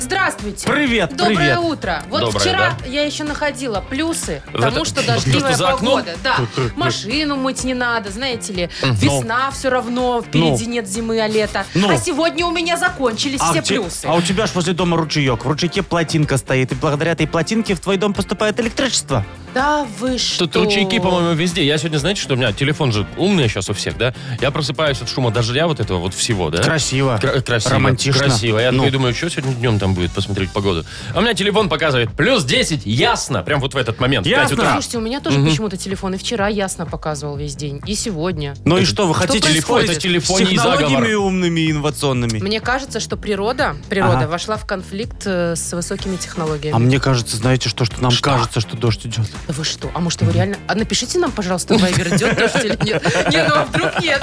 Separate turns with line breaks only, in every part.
Здравствуйте.
Привет,
Доброе
привет.
утро. Вот
Доброе,
вчера
да.
я еще находила плюсы
В
тому,
это-
что
потому
дождливая
что за окном?
погода. Да. Машину мыть не надо, знаете ли.
Ну.
Весна все равно, впереди нет зимы, а лето.
Ну.
А сегодня у меня закончились
А
все
у те-
плюсы.
а у тебя ж возле дома ручеек. В ручейке плотинка стоит, и благодаря этой плотинке в твой дом поступает электричество.
Да вы что?
Тут ручейки, по-моему, везде. Я сегодня, знаете, что у меня телефон же умный сейчас у всех, да? Я просыпаюсь от шума дождя вот этого вот всего, да?
Красиво.
Кра- красиво.
Романтично.
Красиво. Я
Ну.
такой думаю, что сегодня днем там будет, посмотреть погоду. А у меня телефон показывает плюс 10, ясно. Прям вот в этот момент, в пять
Ясно.
утра.
Слушайте, у меня тоже почему-то телефон и вчера ясно показывал весь день, и сегодня.
Ну и что, вы хотите
телефон-
спорить
это телефонный
с технологиями
заговор.
умными и инновационными?
Мне кажется, что природа, природа
Ага.
вошла в конфликт э, с высокими технологиями.
А мне кажется, знаете что, что нам кажется, что дождь идет.
Да вы что? А может, вы реально... А напишите нам, пожалуйста, в Viber, идет дождь или нет. Не, ну а вдруг нет.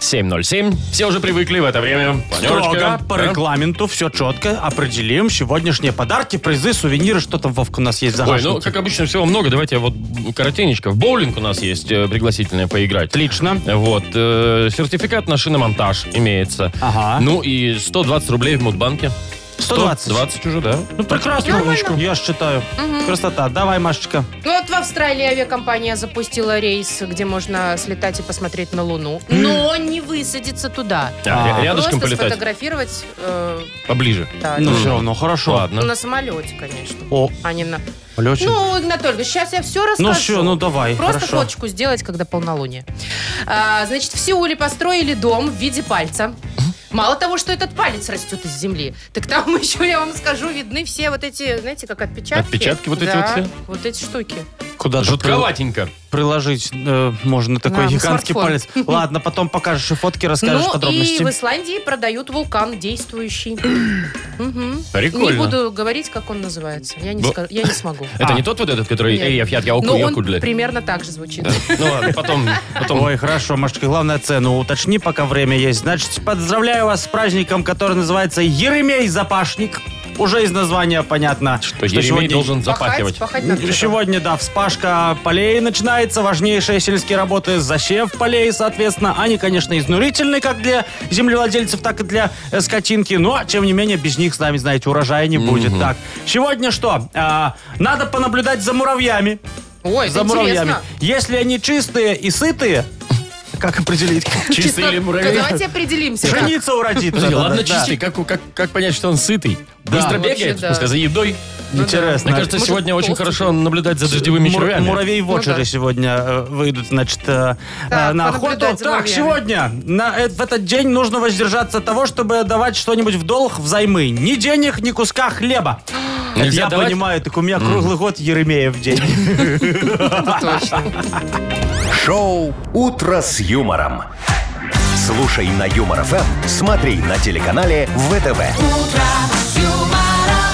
7.07. Все уже привыкли в это время.
Строго,
Планерочка,
по
да?
регламенту, все четко. Определим сегодняшние подарки, призы, сувениры, что там, Вовка, у нас есть в
Ой, ну,
загашнике.
как обычно, всего много. Давайте я вот коротенечко. В боулинг у нас есть э, пригласительное поиграть.
Отлично.
Вот. э, сертификат на шиномонтаж имеется.
Ага.
Ну и 120 рублей в Мудбанке.
120.
120 уже, да.
Ну, прекрасно, Вовочка, я считаю. Красота. Давай, Машечка.
Ну вот в Австралии авиакомпания запустила рейс, где можно слетать и посмотреть на Луну. Но не высадиться туда.
А,
А.
ря- Рядышком
Просто
полетать.
сфотографировать э,
Поближе.
да,
Ну,
ну,
все равно, хорошо.
Ладно.
на самолете, конечно.
О,
А не на...
Леша.
Ну, Игнатольевич, сейчас я все расскажу.
Ну все, ну давай,
Просто
хорошо.
фоточку сделать, когда полнолуние. А, значит, в Сеуле построили дом в виде пальца. Мало того, что этот палец растет из земли, так там еще, я вам скажу, видны все вот эти, знаете, как отпечатки.
Отпечатки вот эти
Да,
вот все?
Вот эти штуки.
Куда-то
Жутковатенько.
при- приложить э, можно такой
Да, на
гигантский
смартфон.
палец. Ладно, потом покажешь и фотки, расскажешь
ну и
подробности.
в Исландии продают вулкан действующий. Мгм.
Прикольно.
Не буду говорить, как он называется. Я не,
Бо-
скажу- я не смогу.
Это
А.
не тот вот этот, который
Нет.
«Эй, я фят, я оку,
Но
я
он
кудля».
примерно так же звучит.
Да. Ну ладно, потом... потом-
Ой, хорошо, Машечка, главное цену уточни, пока время есть. Значит, поздравляю вас с праздником, который называется Еремей Запашник. Уже из названия понятно,
Что Еремей
сегодня...
должен запахивать.
пахать надо что-то.
Сегодня, да, вспашка полей начинается, важнейшие сельские работы, засев полей, соответственно. Они, конечно, изнурительны как для землевладельцев, так и для э, скотинки, но, тем не менее, без них, с нами, знаете, урожая не будет. Так, сегодня что? А, надо понаблюдать за муравьями.
Ой, это
За муравьями.
интересно.
Если они чистые и сытые, как определить?
Чистый
Чисто-
или
Ну,
муравей?
Давайте определимся. как.
Жениться уродит.
Подожди, ладно,
Да-да-да.
чистый. Как, как, как понять, что он сытый? Быстро
Вообще,
бегает?
да.
В смысле, за едой?
Интересно.
Мне кажется,
Может,
сегодня очень
толстый?
хорошо наблюдать за дождевыми
Мур-
червями.
Муравей-вотчеры
Ну да.
сегодня э, выйдут, значит, э, э,
Так,
на
понаблюдать
охоту.
за
Так,
муравьями.
сегодня на, э, в этот день нужно воздержаться от того, чтобы давать что-нибудь в долг взаймы. Ни денег, ни куска хлеба.
Нельзя
Я
давать?
понимаю, так у меня круглый год Еремеев день.
Шоу «Утро с юмором». Слушай на Юмор ФМ, смотри на телеканале ВТВ.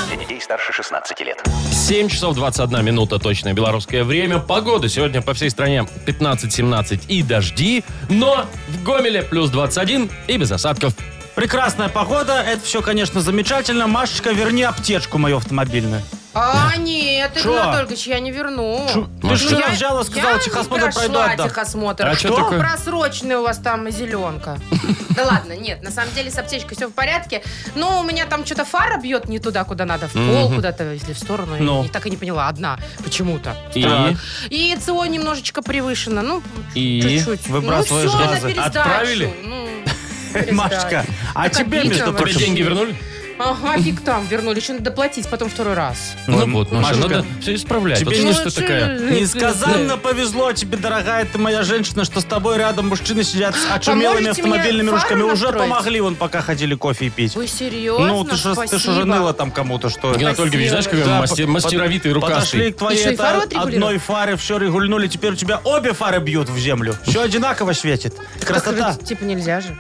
Для детей старше 16 лет.
7 часов 21 минута точное белорусское время. Погода сегодня по всей стране 15-17 и дожди, но в Гомеле плюс 21 и без осадков.
Прекрасная погода, это все, конечно, замечательно. Машечка, верни аптечку мою автомобильную.
А, нет,
Чё?
Игорь Анатольевич, я не верну.
Чё? Ты
Ну,
что,
я-
взяла, сказала,
я
техосмотр
не прошла
пройду, отдам.
техосмотр.
А чё такое?
Просроченная у вас там зеленка. Да ладно, нет, на самом деле с аптечкой все в порядке. Но у меня там что-то фара бьет не туда, куда надо, в пол куда-то, если в сторону.
Ну.
Я так и не поняла, одна почему-то.
И
Так.
И ЦО немножечко превышено, ну,
И
чуть-чуть.
выбрасываешь
ну, всё, на
газы.
пересдачу.
Отправили?
Ну,
Машечка, а
Так
тебе,
обидно
между
вообще.
тебе
прочим,
деньги вернули?
Ага, фиг там, вернули. Еще надо платить потом второй раз.
Ну вот, Маша,
Машечка,
надо все исправлять.
тебе
Вот
не-
видишь, ты такая...
Несказанно повезло тебе, дорогая ты моя женщина, что с тобой рядом мужчины сидят с очумелыми
Поможете
автомобильными
мне
ручками.
фару
Уже
настроить?
помогли вон, пока ходили кофе и пить.
Вы серьезно?
Ну, ты же ты ж уже
Спасибо.
ныла там кому-то, что...
Игнат Ольгович, знаешь, какой он
Да,
масти-
под-
мастеровитый,
под- Подошли
рукастый.
к твоей
И что, и
это,
фару отрегулировали?
одной фаре, все регульнули, теперь у тебя обе фары бьют в землю. Все одинаково светит. Красота.
Так же, Типа нельзя же.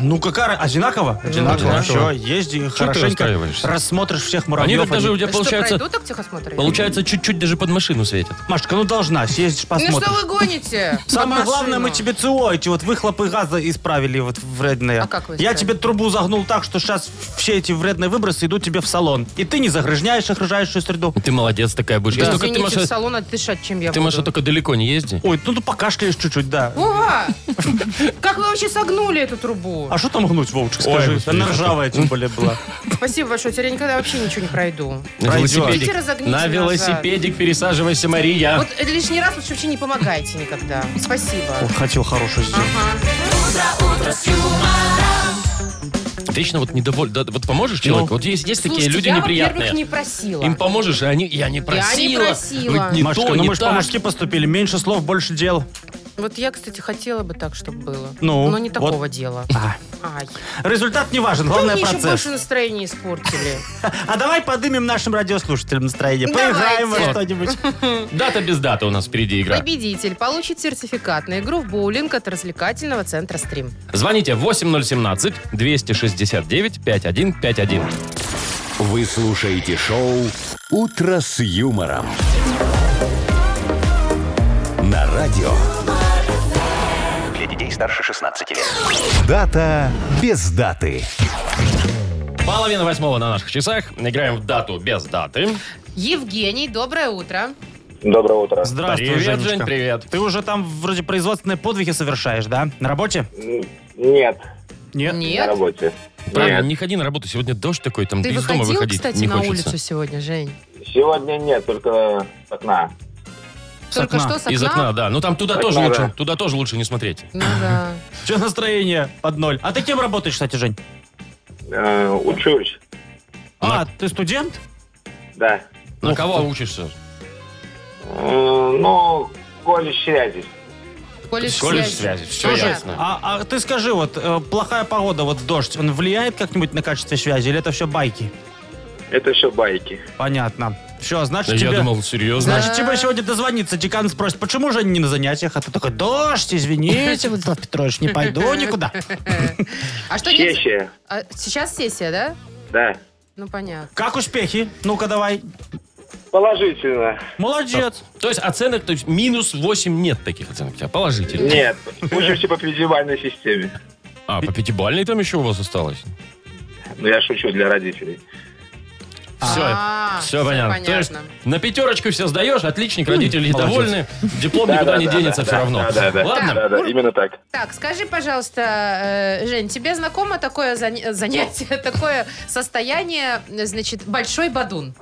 Ну, какая ра- Одинаково? Одинаково.
Ну, одинаково.
Все, езди
ты
хорошенько,
расстраиваешься?
рассмотришь всех
Они
муравьев.
так даже А у тебя,
Что,
получается,
пройду так техосмотр?
получается, чуть-чуть даже под машину светят.
Машка, ну должна, съездишь,
Ну
посмотришь.
что вы гоните?
Самое
Под
главное, мы
машину.
тебе ЦО, эти вот выхлопы газа исправили вот вредные.
А как вы
Я
исправили?
тебе трубу загнул так, что сейчас все эти вредные выбросы идут тебе в салон. И ты не загрязняешь окружающую среду.
Ты молодец такая будешь. Если только ты,
Извините, в
Маша,
салон отдышать, чем я
ты, Маша,
буду.
только далеко не езди.
Ой, ну ты покашляешь чуть-чуть, да.
Вова, как вы вообще согнули эту трубу?
А что там гнуть, Вовчик, скажи?
Ой,
Она
господи.
ржавая тем более была.
Спасибо большое, теперь я никогда вообще ничего не пройду.
На
Пройдет.
Идите,
велосипедик, на
разогните назад.
велосипедик пересаживайся,
А.
Мария.
Вот э, лишний раз лучше вообще не помогайте никогда. Спасибо.
Вот хотел хорошую сделать.
Вечно вот недоволь. да, вот поможешь человеку? Вот есть, есть такие
Ну, Слушайте,
люди
я,
неприятные.
во-первых, не просила.
Им поможешь, а они... Я не просила.
просила.
Вот не
Машка,
то,
ну
не
мы же
так.
по-мужски поступили. Меньше слов, больше дел.
Вот я, кстати, хотела бы так, чтобы было.
Ну,
Но не
вот.
такого дела.
А,
Ай.
Результат не важен,
Вы
главное
мне еще Ну, больше
процесс.
настроение испортили.
А давай подымем нашим радиослушателям настроение. Поиграем во
Давайте.
что-нибудь.
Дата без даты у нас впереди игра.
Победитель получит сертификат на игру в боулинг от развлекательного центра «Стрим».
Звоните 8017-269-5151.
Вы слушаете шоу «Утро с юмором». На радио.
Для детей старше 16 лет.
Дата без даты.
Половина восьмого на наших часах. Играем в дату без даты.
Евгений, доброе утро.
Доброе утро.
Здравствуй,
привет,
Женечка.
Жень, привет.
Ты уже там вроде производственные подвиги совершаешь, да? На работе?
М, Нет, на
Нет.
работе.
Правильно,
Нет.
не ходи на работу, сегодня дождь такой, там
Ты
из дома
выходил,
выходить
кстати,
не
на
хочется.
улицу сегодня, Жень?
Сегодня нет, только с окна.
С
Только
окна.
что с окна?
Из окна, да. Ну там туда
Окна,
тоже
да.
лучше, туда тоже лучше не смотреть.
Ну да.
Че настроение под ноль? А ты кем работаешь, кстати, Жень?
Э, учусь,
А, ты студент?
да.
На
Ух
кого учишься?
Э, ну, колледж связи.
Колледж,
Колледж
связи.
связи, все
Тоже.
ясно.
А, а ты скажи, вот э, плохая погода, вот дождь, он влияет как-нибудь на качество связи или это все байки?
Это все байки.
Понятно. Все, значит,
Я
тебе...
думал, серьезно.
Значит, тебе сегодня дозвонится, декан спросит, почему же они не на занятиях? А ты такой, дождь, извините, Владислав Петрович, не пойду никуда.
А что нет?
Чехия,
А сейчас сессия, да?
да.
Ну понятно.
Как успехи? Ну-ка, давай.
Положительно.
Молодец.
То есть оценок, то есть минус 8 нет таких оценок у тебя, положительных.
Нет, учимся по пятибалльной системе.
А, по пятибалльной там еще у вас осталось?
Ну, я шучу для родителей.
Все,
А,
все
всё
понятно.
понятно.
То есть на пятерочку все сдаешь, отличник, родители
молодец.
довольны, диплом
Да,
никуда
да,
не
да,
денется
да,
все равно.
Да, да, да.
Ладно,
Да, да, именно так.
Так, скажи, пожалуйста, э, Жень, тебе знакомо такое зан- занятие, такое состояние, значит, большой бадун?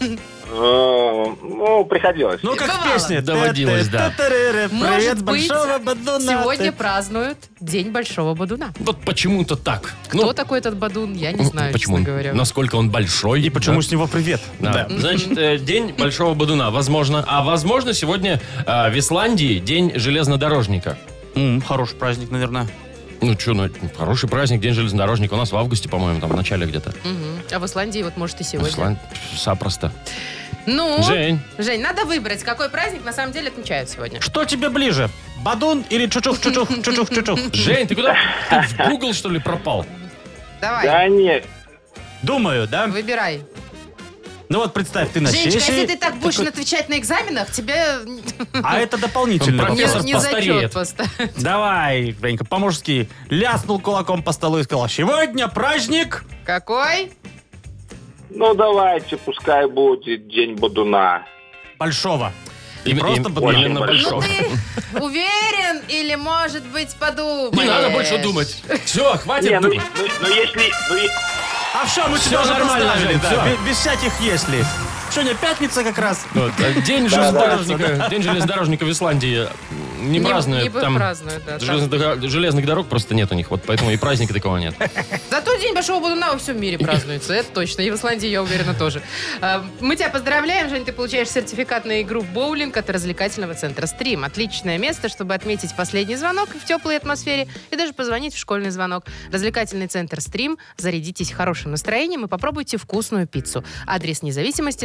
Э, Ну, приходилось.
Ну, как в
Бывало.
песне.
Доводилось, да.
Т-т-т-т-т-р-р. Привет,
Может
с
быть,
большого бадуна.
сегодня празднуют День Большого Бадуна.
вот почему-то так. Ну,
Кто такой этот бадун, я А не знаю,
почему?
честно говоря.
Насколько он большой.
И почему
да?
с него привет?
Да. Значит, э, день Большого Бодуна, возможно. А возможно, сегодня э, в Исландии день железнодорожника.
М, Хороший праздник, наверное.
Ну что, ну хороший праздник, день железнодорожника. У нас в августе, по-моему, там в начале где-то.
Мгм. А в Исландии вот может и сегодня.
Исланд... Запросто.
Ну,
Жень.
Жень, надо выбрать, какой праздник на самом деле отмечают сегодня.
Что тебе ближе? Бадун или чучух-чучух, чучух-чучух?
Жень, ты куда? Ты в Google, что ли, пропал?
Давай,
Да нет,
Думаю, да?
выбирай.
Ну вот представь, ты на
Женечка, если
сессии,
ты так будешь отвечать на экзаменах, тебе
а это дополнительный
Профессор
вопрос.
не, не
постареет.
зачет просто.
Давай, Женька, по-мужски ляснул кулаком по столу и сказал, сегодня праздник.
Какой?
ну давайте, пускай будет день Бодуна.
Большого. И
Им-
просто
им-
Бодуна.
именно
Ну
большого.
ты уверен или, может быть, подумаешь?
Не надо больше думать. Все, хватит
Не, ну,
думать.
ну, ну, если... ну, и-
А все, мы
Всё
тебя уже
нормально,
представили,
Жень,
да,
всё.
бе- без всяких если. Сегодня пятница как раз.
Ну,
Вот, э, День железнодорожника. День железнодорожника в Исландии не празднуют.
Не,
там
празднуют, да. там.
железных, дорог- железных дорог просто нет у них, вот поэтому и праздника такого нет.
Зато День Большого Будуна во всем мире празднуется, это точно. И в Исландии, я уверена, тоже. А, Мы тебя поздравляем, Жень, ты получаешь сертификат на игру в боулинг от развлекательного центра «Стрим». Отличное место, чтобы отметить последний звонок в теплой атмосфере и даже позвонить в школьный звонок. Развлекательный центр «Стрим». Зарядитесь хорошим настроением и попробуйте вкусную пиццу. Адрес независимости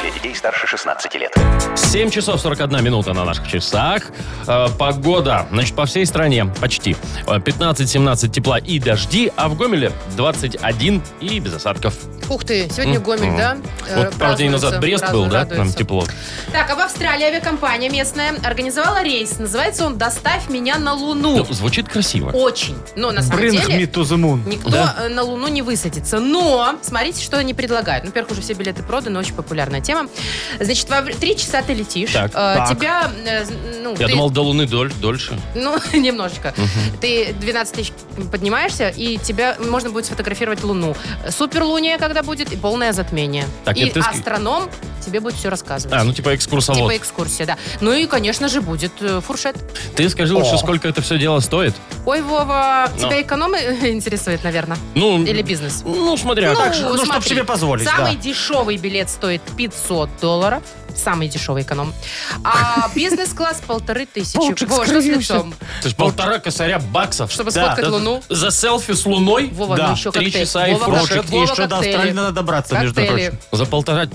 Для детей старше 16 лет.
7 часов 41 минута на наших часах. Э, Погода, значит, по всей стране почти. Э, 15-17 тепла и дожди, а в Гомеле 21 и без осадков.
Ух ты, сегодня
М,
Гомель,
м.
да? э,
Вот пару дней назад
празднуется,
Брест был, да? Там
радуется.
тепло.
Так, а в Австралии авиакомпания местная организовала рейс. Называется он «Доставь меня на Луну».
Ну, звучит красиво.
Очень. Но на самом
Bring
деле...
me to the moon.
Никто
Да.
э, на Луну не высадится. Но смотрите, что они предлагают. Ну, Во-первых, уже все билеты проданы, очень популярная тема. Значит, во вре- три часа ты летишь.
Так.
Э,
Так.
Тебя, э, з- ну,
Я
ты-
думал, до Луны доль, дольше.
ну, немножечко. Ты 12 тысяч поднимаешься, и тебя можно будет сфотографировать Луну. Суперлуния, когда будет, и полное затмение.
Так,
и
это ты ск-
астроном тебе будет все рассказывать.
А, ну типа экскурсовод.
Типа экскурсия, да. Ну и, конечно же, будет э, фуршет.
Ты скажи лучше, сколько это все дело стоит?
Ой, Вова,
Ну.
тебя эконом интересует, наверное?
Ну,
Или бизнес?
ну смотря.
так,
как.
ну, чтоб
смотри,
себе позволить,
Самый
да.
дешевый билет стоит 500 долларов. Самый дешевый эконом. А бизнес-класс полторы тысячи.
Вовчик
Вова, что с
скривился.
лицом?
Это ж полтора косаря баксов.
Чтобы
Да,
сфоткать
да,
луну?
За селфи с Луной?
Вова,
да,
ну еще
три
коктейль.
часа и
Вова,
фуршет,
коктейль.
Вовчик,
Вова,
и еще до
коктейли.
Австралии надо добраться, между
Коктейли.
прочим.
За полтора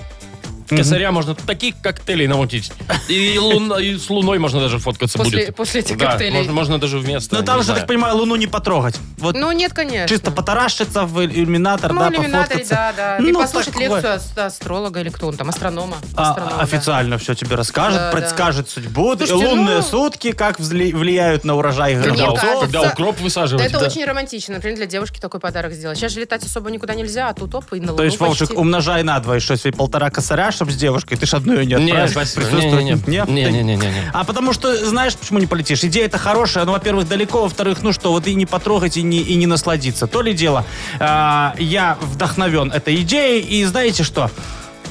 косаря можно таких коктейлей намутить. И, луна- и с Луной можно даже фоткаться
После,
будет.
после этих
Да,
коктейлей.
можно, можно даже вместо.
Ну
не
там же,
знаю.
так понимаю, Луну не потрогать. Вот
Ну, нет, конечно.
чисто потарашиться в иллюминатор,
ну,
да,
иллюминаторе,
пофоткаться.
да, да. И
Ну,
послушать
такое.
лекцию ас- астролога или кто он там, астронома.
А,
Астронома, да.
официально все тебе расскажет,
Да, да.
предскажет судьбу,
Слушайте,
лунные
ну-
сутки, как взли- влияют на урожай
Когда,
мне
у-
грибов.
кажется-
когда укроп
Да
высаживать.
это
да.
очень романтично. Например, для девушки такой подарок сделать. Сейчас же летать особо никуда нельзя, а тут оп, и на Луну
То есть, Вовчик,
почти.
умножай на два еще себе полтора косаря, чтобы с девушкой. Ты ж одну ее не
Не,
отправишь.
спасибо.
присутствовать.
Не, не, не.
Нет?
Не,
Ты-
не, не, не, не.
А потому что, знаешь, почему не полетишь? Идея-то хорошая, но, во-первых, далеко, во-вторых, ну что, вот и не потрогать, и не, и не насладиться. То ли дело, а, я вдохновен этой идеей, и знаете что?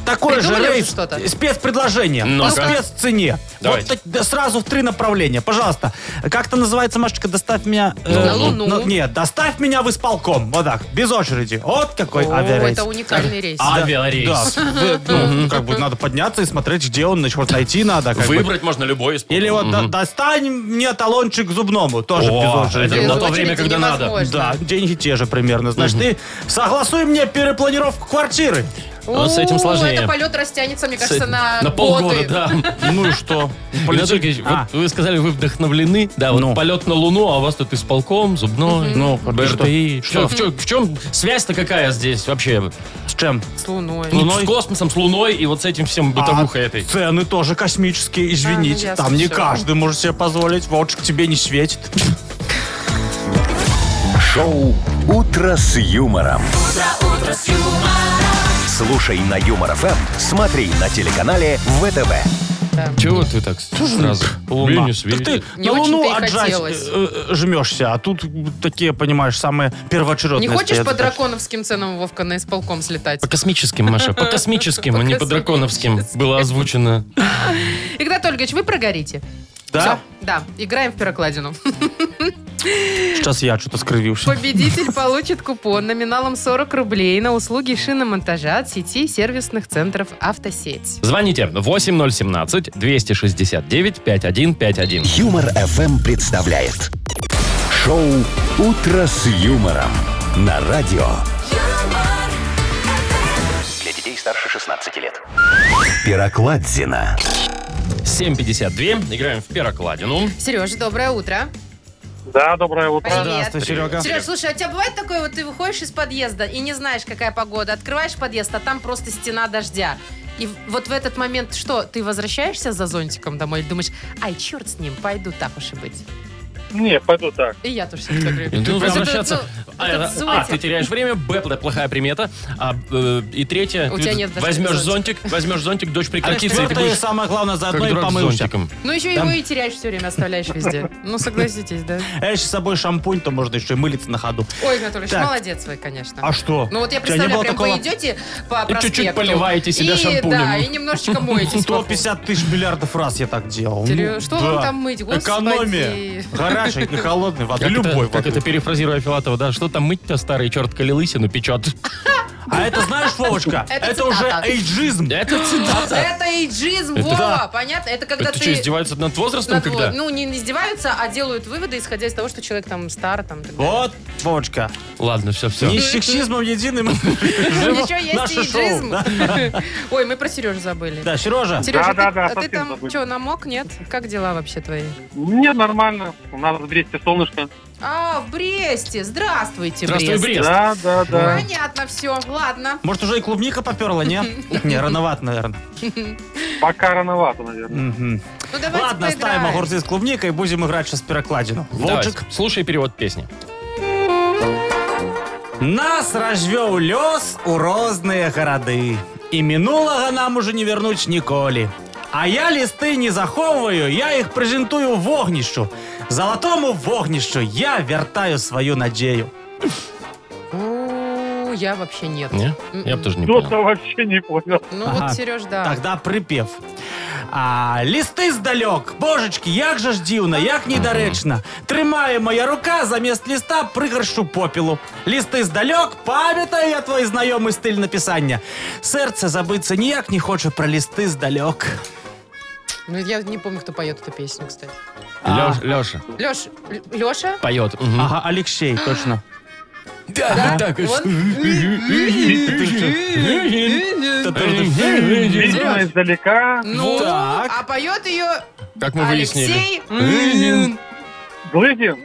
Такой же
Придумали уже
рейс,
что-то?
спецпредложение
Ну-ка.
по спеццене.
Давайте.
Вот так, да, сразу в три направления. Пожалуйста, как-то называется, Машечка, доставь меня... э,
На
Луну.
нет, доставь меня в исполком. Вот так, без очереди. Вот какой
О,
авиарейс.
это уникальный рейс.
А, Авиарейс.
Да, с- да, ну, как бы надо подняться и смотреть, где он, значит, вот найти надо. как бы.
Выбрать можно любой из
Или вот да- достань мне талончик зубному, тоже
О,
без очереди.
это
Без
на то
очереди
время, когда надо.
невозможно.
Да, деньги те же примерно. Значит, ты согласуй мне перепланировку квартиры.
Вот с этим
У,
сложнее.
Это полет растянется, мне кажется,
С-
на,
полгода,
годы.
да.
Ну и что?
Игнат Ольгович,
Полетит. А,
вот вы сказали, вы вдохновлены. Да, вот
Ну.
полет на Луну, а у вас тут исполком, зубной, ну, БРТИ. Что?
Что?
В, чем, связь-то какая здесь вообще?
С чем?
С Луной.
Ну,
Луной?
с космосом, с Луной и вот с этим всем бытовухой
А,
этой.
Цены тоже космические, извините.
ну, ясно,
Там не
всё.
каждый может себе позволить. Вовчик тебе не светит.
Шоу «Утро с юмором». Слушай на Юмор ФМ, смотри на телеканале ВТВ.
Чего ты так сразу?
Луна.
Мне не
Так ты
светит.
Не
на Луну
очень-то и
отжать
хотелось.
э, э, жмешься, а тут такие, понимаешь, самые
ну,
первоочередные
Не хочешь
стоят
по
задачи.
драконовским ценам, Вовка, на исполком слетать?
По космическим, Маша, по космическим, а не по драконовским было озвучено.
Игнат Ольгович, вы прогорите.
Да?
Всё, да, играем в пирокладину.
Сейчас я что-то скривился.
Победитель получит купон номиналом 40 рублей на услуги шиномонтажа от сети сервисных центров «Автосеть».
Звоните 8017-269-5151.
Юмор ФМ представляет шоу Утро с юмором на радио.
Для детей старше 16 лет.
Пирокладзина.
7.52. Играем в Пирокладину.
Сереж, доброе утро.
Да, доброе утро.
Привет.
Здравствуй, Серега.
Сереж, слушай, а у тебя бывает такое, вот ты выходишь из подъезда и не знаешь, какая погода, открываешь подъезд, а там просто стена дождя. И в- вот в этот момент что, ты возвращаешься за зонтиком домой или думаешь, ай, черт с ним, пойду так уж и быть.
Не, пойду так.
И я тоже всегда говорю.
Ну,
Просто
возвращаться.
тут, ну,
А,
этот
это- а,
зонтик.
ты теряешь время, Б, это плохая примета. А, э, и третье,
У
ты
тебя нет даже
возьмешь
зонтика.
зонтик, возьмешь зонтик, дочь
А
прекратится, и ты
четвертое,
будешь
самое главное,
как
заодно и
дурак с
помылся.
зонтиком.
Ну, еще
Там-
его и теряешь все время, оставляешь везде. Ну, согласитесь, да?
А если с собой шампунь, то можно еще и мылиться на ходу.
Ой, Анатольевич,
Так.
молодец вы, конечно.
А что?
Ну вот я
У тебя не
представляю,
было
прям
такого
вы идете по проспекту.
чуть-чуть поливаете себя
и,
шампунем.
Да, и немножечко моетесь. вокруг.
150 тысяч миллиардов раз я так делал.
Серьё-
Ну,
что
да.
вам там мыть, господи?
Экономия. Горячей и холодной воды. Любой
это, как
воды.
это перефразируя Филатова, да, что там мыть-то старый черт калилысину печет.
А это знаешь, Вовочка,
Это
это уже
цитата.
эйджизм.
Это цитата.
Это эйджизм,
Это
Вова,
да.
понятно? Это когда
Это
ты...
что, издеваются над возрастом,
над-
когда?
Ну, не издеваются, а делают выводы, исходя из того, что человек там стар, там... и так далее.
Вот, Вовочка,
ну.
Ладно, все, все.
не с сексизмом единым.
Еще Ну, есть
Наше шоу,
эйджизм.
да?
Ой, мы про Сережу забыли.
Да, Сережа,
Сережа,
Да, да,
ты,
да,
а ты
совсем
там
забыл.
что, намок, нет? Как дела вообще твои?
Не, нормально. У нас в Бресте солнышко.
А, в Бресте. Здравствуйте,
Здравствуй,
Брест.
Брест.
Да, да, да.
Понятно все, ладно.
может, уже и клубника поперла, не? Не, рановато, наверное.
Пока рановато, наверное.
Мгм.
Ну, давайте
Ладно, ставим
поиграем.
огурцы с клубникой, будем играть сейчас в пирокладину.
Давай,
Вовчик,
слушай перевод песни.
Нас развел лёс у розные городы. И минулого нам уже не вернуть ніколі. А я листы не заховываю, я их презентую вогнищу. Золотому вогнищу я вертаю свою надею.
У, Я вообще нет.
Не?
Мгм.
Я бы тоже не
Что-то
понял.
вообще не понял.
Ну
Ага.
вот, Сереж, да.
Тогда припев. А листи здалек, божечки, як же ж дивно, як недаречно. Тримає моя рука замість ліста пригоршу попілу. Листи здалек, пам'ятаю я твій знайомий стиль написання. Серце забиться ніяк не хоче про листи здалек.
Ну, я не помню, кто поет эту песню, кстати.
Лёш- Лёша
Леш, Леша?
поет. Мгм.
Ага, Алексей, точно.
А,
Да, так.
Видимо, издалека.
Ну,
Так.
а поет ее
Как мы выяснили.
Алексей.
Глызин?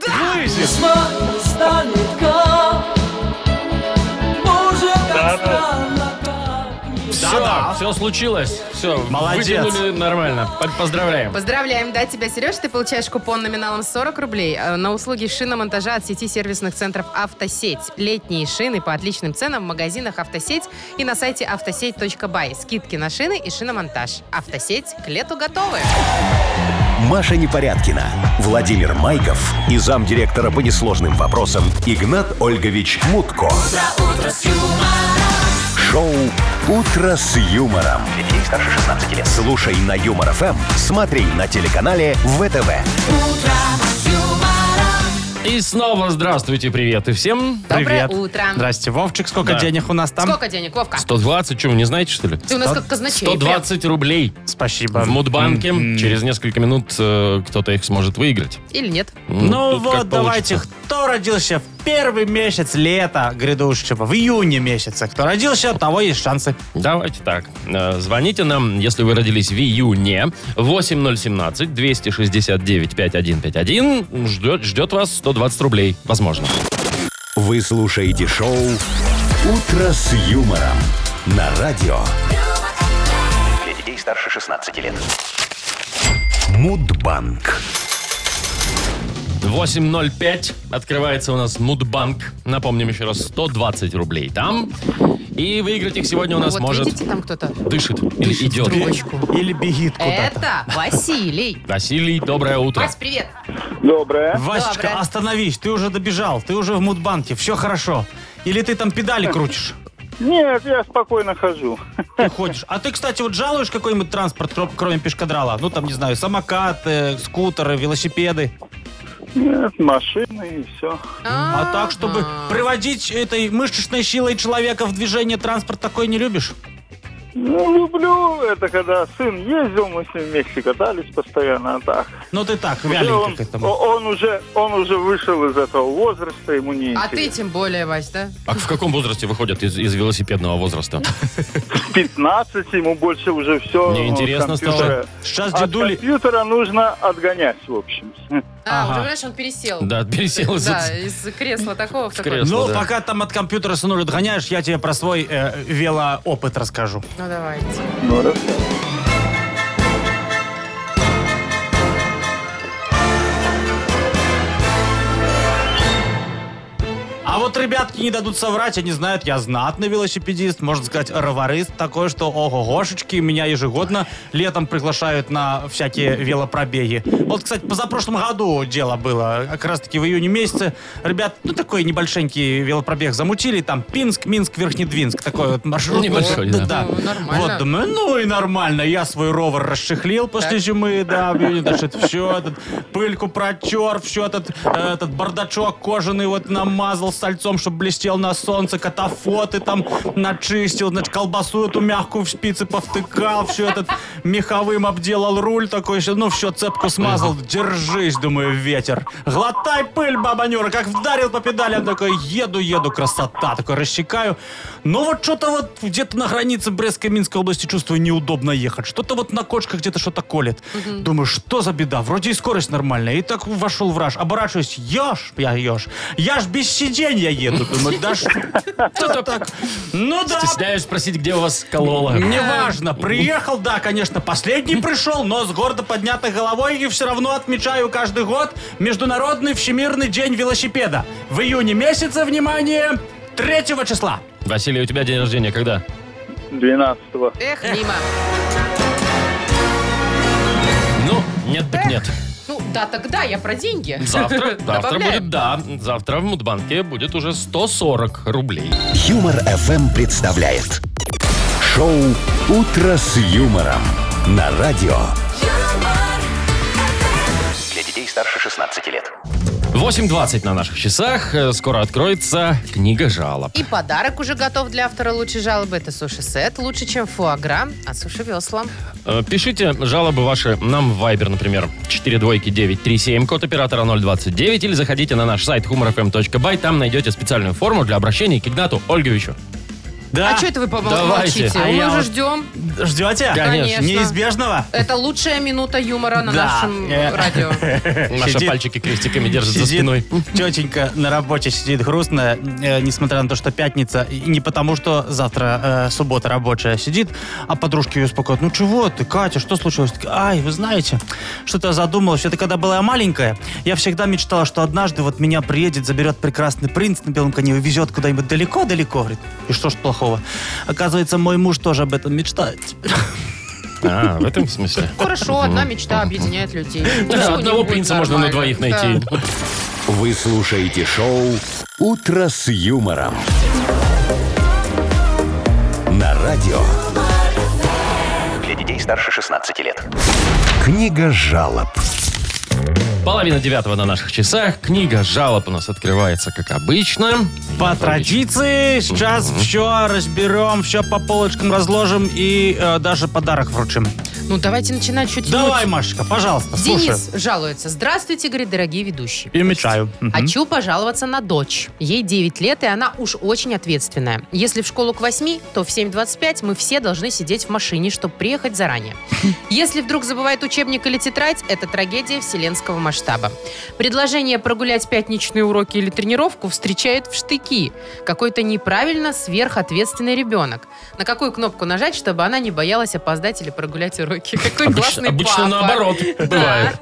Да, да.
Да, все случилось. Все,
Молодец.
нормально. П- Поздравляем.
Поздравляем, да, тебя, Сереж. Ты получаешь купон номиналом 40 рублей э, на услуги шиномонтажа от сети сервисных центров «Автосеть». Летние шины по отличным ценам в магазинах «Автосеть» и на сайте автосеть.бай. Скидки на шины и шиномонтаж. «Автосеть» к лету готовы.
Маша Непорядкина, Владимир Майков и замдиректора по несложным вопросам Игнат Ольгович Мутко. Шоу Утро с юмором. Детей старше 16 лет. Слушай на юмор ФМ, смотри на телеканале ВТВ.
И снова здравствуйте, привет и всем.
Доброе утро.
Здрасте, Вовчик, сколько
Да.
денег у нас там?
Сколько денег, Вовка?
120, что вы не знаете, что ли?
Ты у нас как казначей.
120 рублей
Спасибо.
в Мудбанке.
М-м.
Через несколько минут э, кто-то их сможет выиграть.
прям. Или нет?
М,
Ну
тут как
вот, давайте,
получится.
кто родился в первый месяц лета грядущего, в июне месяце, кто родился, у того есть шансы.
Давайте так. Э, Звоните нам, если вы родились в июне. 8017-269-5151. Ждет, ждет вас 120 рублей, возможно.
Вы слушаете шоу Утро с юмором на радио
Для детей старше 16 лет.
Мудбанк.
8.05. Открывается у нас Мудбанк. Напомним еще раз, 120 рублей там. И выиграть их сегодня у нас
вот
может...
видите, там кто-то
Дышит или
дышит в
идет.
трубочку.
Или бегит куда-то.
Это Василий.
Василий, доброе утро.
Вась, привет.
Э,
Доброе.
Васечка,
Доброе.
остановись, ты уже добежал, ты уже в Мудбанке, все хорошо. Или ты там педали крутишь?
Нет, я спокойно хожу.
Ты ходишь. А ты, кстати, вот жалуешь какой-нибудь транспорт, кро- кроме пешкодрала? Ну, там, не знаю, самокаты, скутеры, велосипеды.
Нет, машины и все.
А так, чтобы приводить этой мышечной силой человека в движение транспорт, такой не любишь?
Ну, люблю это, когда сын ездил, мы с ним вместе катались постоянно, а так.
Ну, ты так,
Уже
вяленько
он,
к этому.
о- он уже, он уже вышел из этого возраста, ему не
А ты
интересно.
тем более, Вась, да?
А в каком возрасте выходят из, из велосипедного возраста?
15, ему больше уже все.
Мне интересно
Сейчас
От
дедули...
компьютера нужно отгонять, в общем.
А,
Ага.
уже, понимаешь, он пересел.
Да, пересел из...
Да, из кресла такого в такое.
кресло.
Ну,
да.
пока там от компьютера сынуль отгоняешь, я тебе про свой э, велоопыт расскажу.
Ну, давайте.
Ну, рассказывай.
А вот ребятки не дадут соврать, они знают, я знатный велосипедист, можно сказать, роварист такой, что ого-гошечки, меня ежегодно летом приглашают на всякие велопробеги. Вот, кстати, позапрошлом году дело было, как раз-таки в июне месяце. Ребят, ну такой небольшенький велопробег замутили, там Пинск, Минск, Верхнедвинск, такой вот маршрут.
Небольшой, да.
да.
Ну, нормально.
Вот, думаю, ну и нормально. Я свой ровер расшихлил после зимы, да, значит, все, этот пыльку протер, все, этот, э, этот бардачок кожаный вот намазал сальцом, чтобы блестел на солнце, катафоты там начистил, значит, колбасу эту мягкую в спицы повтыкал, все этот меховым обделал руль такой, всё, ну все, цепку смазал, держись, думаю, ветер. Глотай пыль, бабанюра, как вдарил по педалям, такой, еду, еду, красота, такой рассекаю. Но вот что-то вот где-то на границе Брестской и Минской области чувствую неудобно ехать. Что-то вот на кочках где-то что-то колет. Думаю, что за беда? Вроде и скорость нормальная. И так вошел в раж. Оборачиваюсь, ешь, я ешь. Я ж без сиденья еду. Думаю, да что так? Ну да,
Стесняюсь спросить, где у вас колола.
Неважно, приехал, да, конечно, последний пришел, но с гордо поднятой головой и все равно отмечаю каждый год Международный Всемирный день велосипеда. В июне месяце, внимание, 3 числа.
Василий, у тебя день рождения когда?
12-го.
Эх, мимо.
Ну, нет так нет.
Ну, да, тогда я про деньги.
Завтра, завтра
Добавляем.
будет, да, завтра в Мудбанке будет уже 140 рублей.
Юмор FM представляет шоу Утро с юмором на радио.
юмор,
Для детей старше 16 лет.
8.20 на наших часах. Э, Скоро откроется книга жалоб.
И подарок уже готов для автора лучшей жалобы. Это суши-сет. Лучше, чем фуагра от суши-весла.
Э, Пишите жалобы ваши нам в Viber, например, 4 двойки 937, код оператора 029, или заходите на наш сайт humorfm.by, там найдете специальную форму для обращения к Игнату Ольговичу.
Да,
А что это вы, по-моему,
давайте.
молчите?
А
Мы
я
уже
вот-
ждем.
ждете?
Конечно.
Неизбежного?
Это лучшая минута юмора на
Да.
нашем
Э.
радио.
Маша
Сидит.
пальчики крестиками держит за
Сидит
спиной.
Тетенька на работе сидит грустная, э, несмотря на то, что пятница, и не потому, что завтра э, суббота рабочая сидит, а подружки ее успокоят. Ну чего ты, Катя, что случилось? Так, Ай, вы знаете, что-то я задумалась. Это когда была я маленькая, я всегда мечтала, что однажды вот меня приедет, заберет прекрасный принц на белом коне и увезет куда-нибудь далеко-далеко. Говорит, и что ж плохого? Оказывается, мой муж тоже об этом мечтает.
А, в этом смысле.
Хорошо, одна мечта объединяет людей.
Да, одного принца можно на двоих найти.
Вы слушаете шоу Утро с юмором на радио.
Для детей старше 16 лет.
Книга жалоб.
Половина девятого на наших часах. Книга жалоб у нас открывается, как обычно.
По традиции сейчас все разберем, все по полочкам разложим и э, даже подарок вручим.
Ну, давайте начинать чуть
Давай, Машечка, пожалуйста, слушай.
Денис жалуется. Здравствуйте, говорит, дорогие ведущие.
И мечтаю.
Хочу пожаловаться на дочь. Ей 9 лет, и она уж очень ответственная. Если в школу к 8, то в 7.25 мы все должны сидеть в машине, чтобы приехать заранее. Если вдруг забывает учебник или тетрадь, это трагедия вселенского масштаба. Предложение прогулять пятничные уроки или тренировку встречает в штыки. Какой-то неправильно сверхответственный ребенок. На какую кнопку нажать, чтобы она не боялась опоздать или прогулять уроки? Какой
Обычно,
классный
обычно
папа.
наоборот бывает.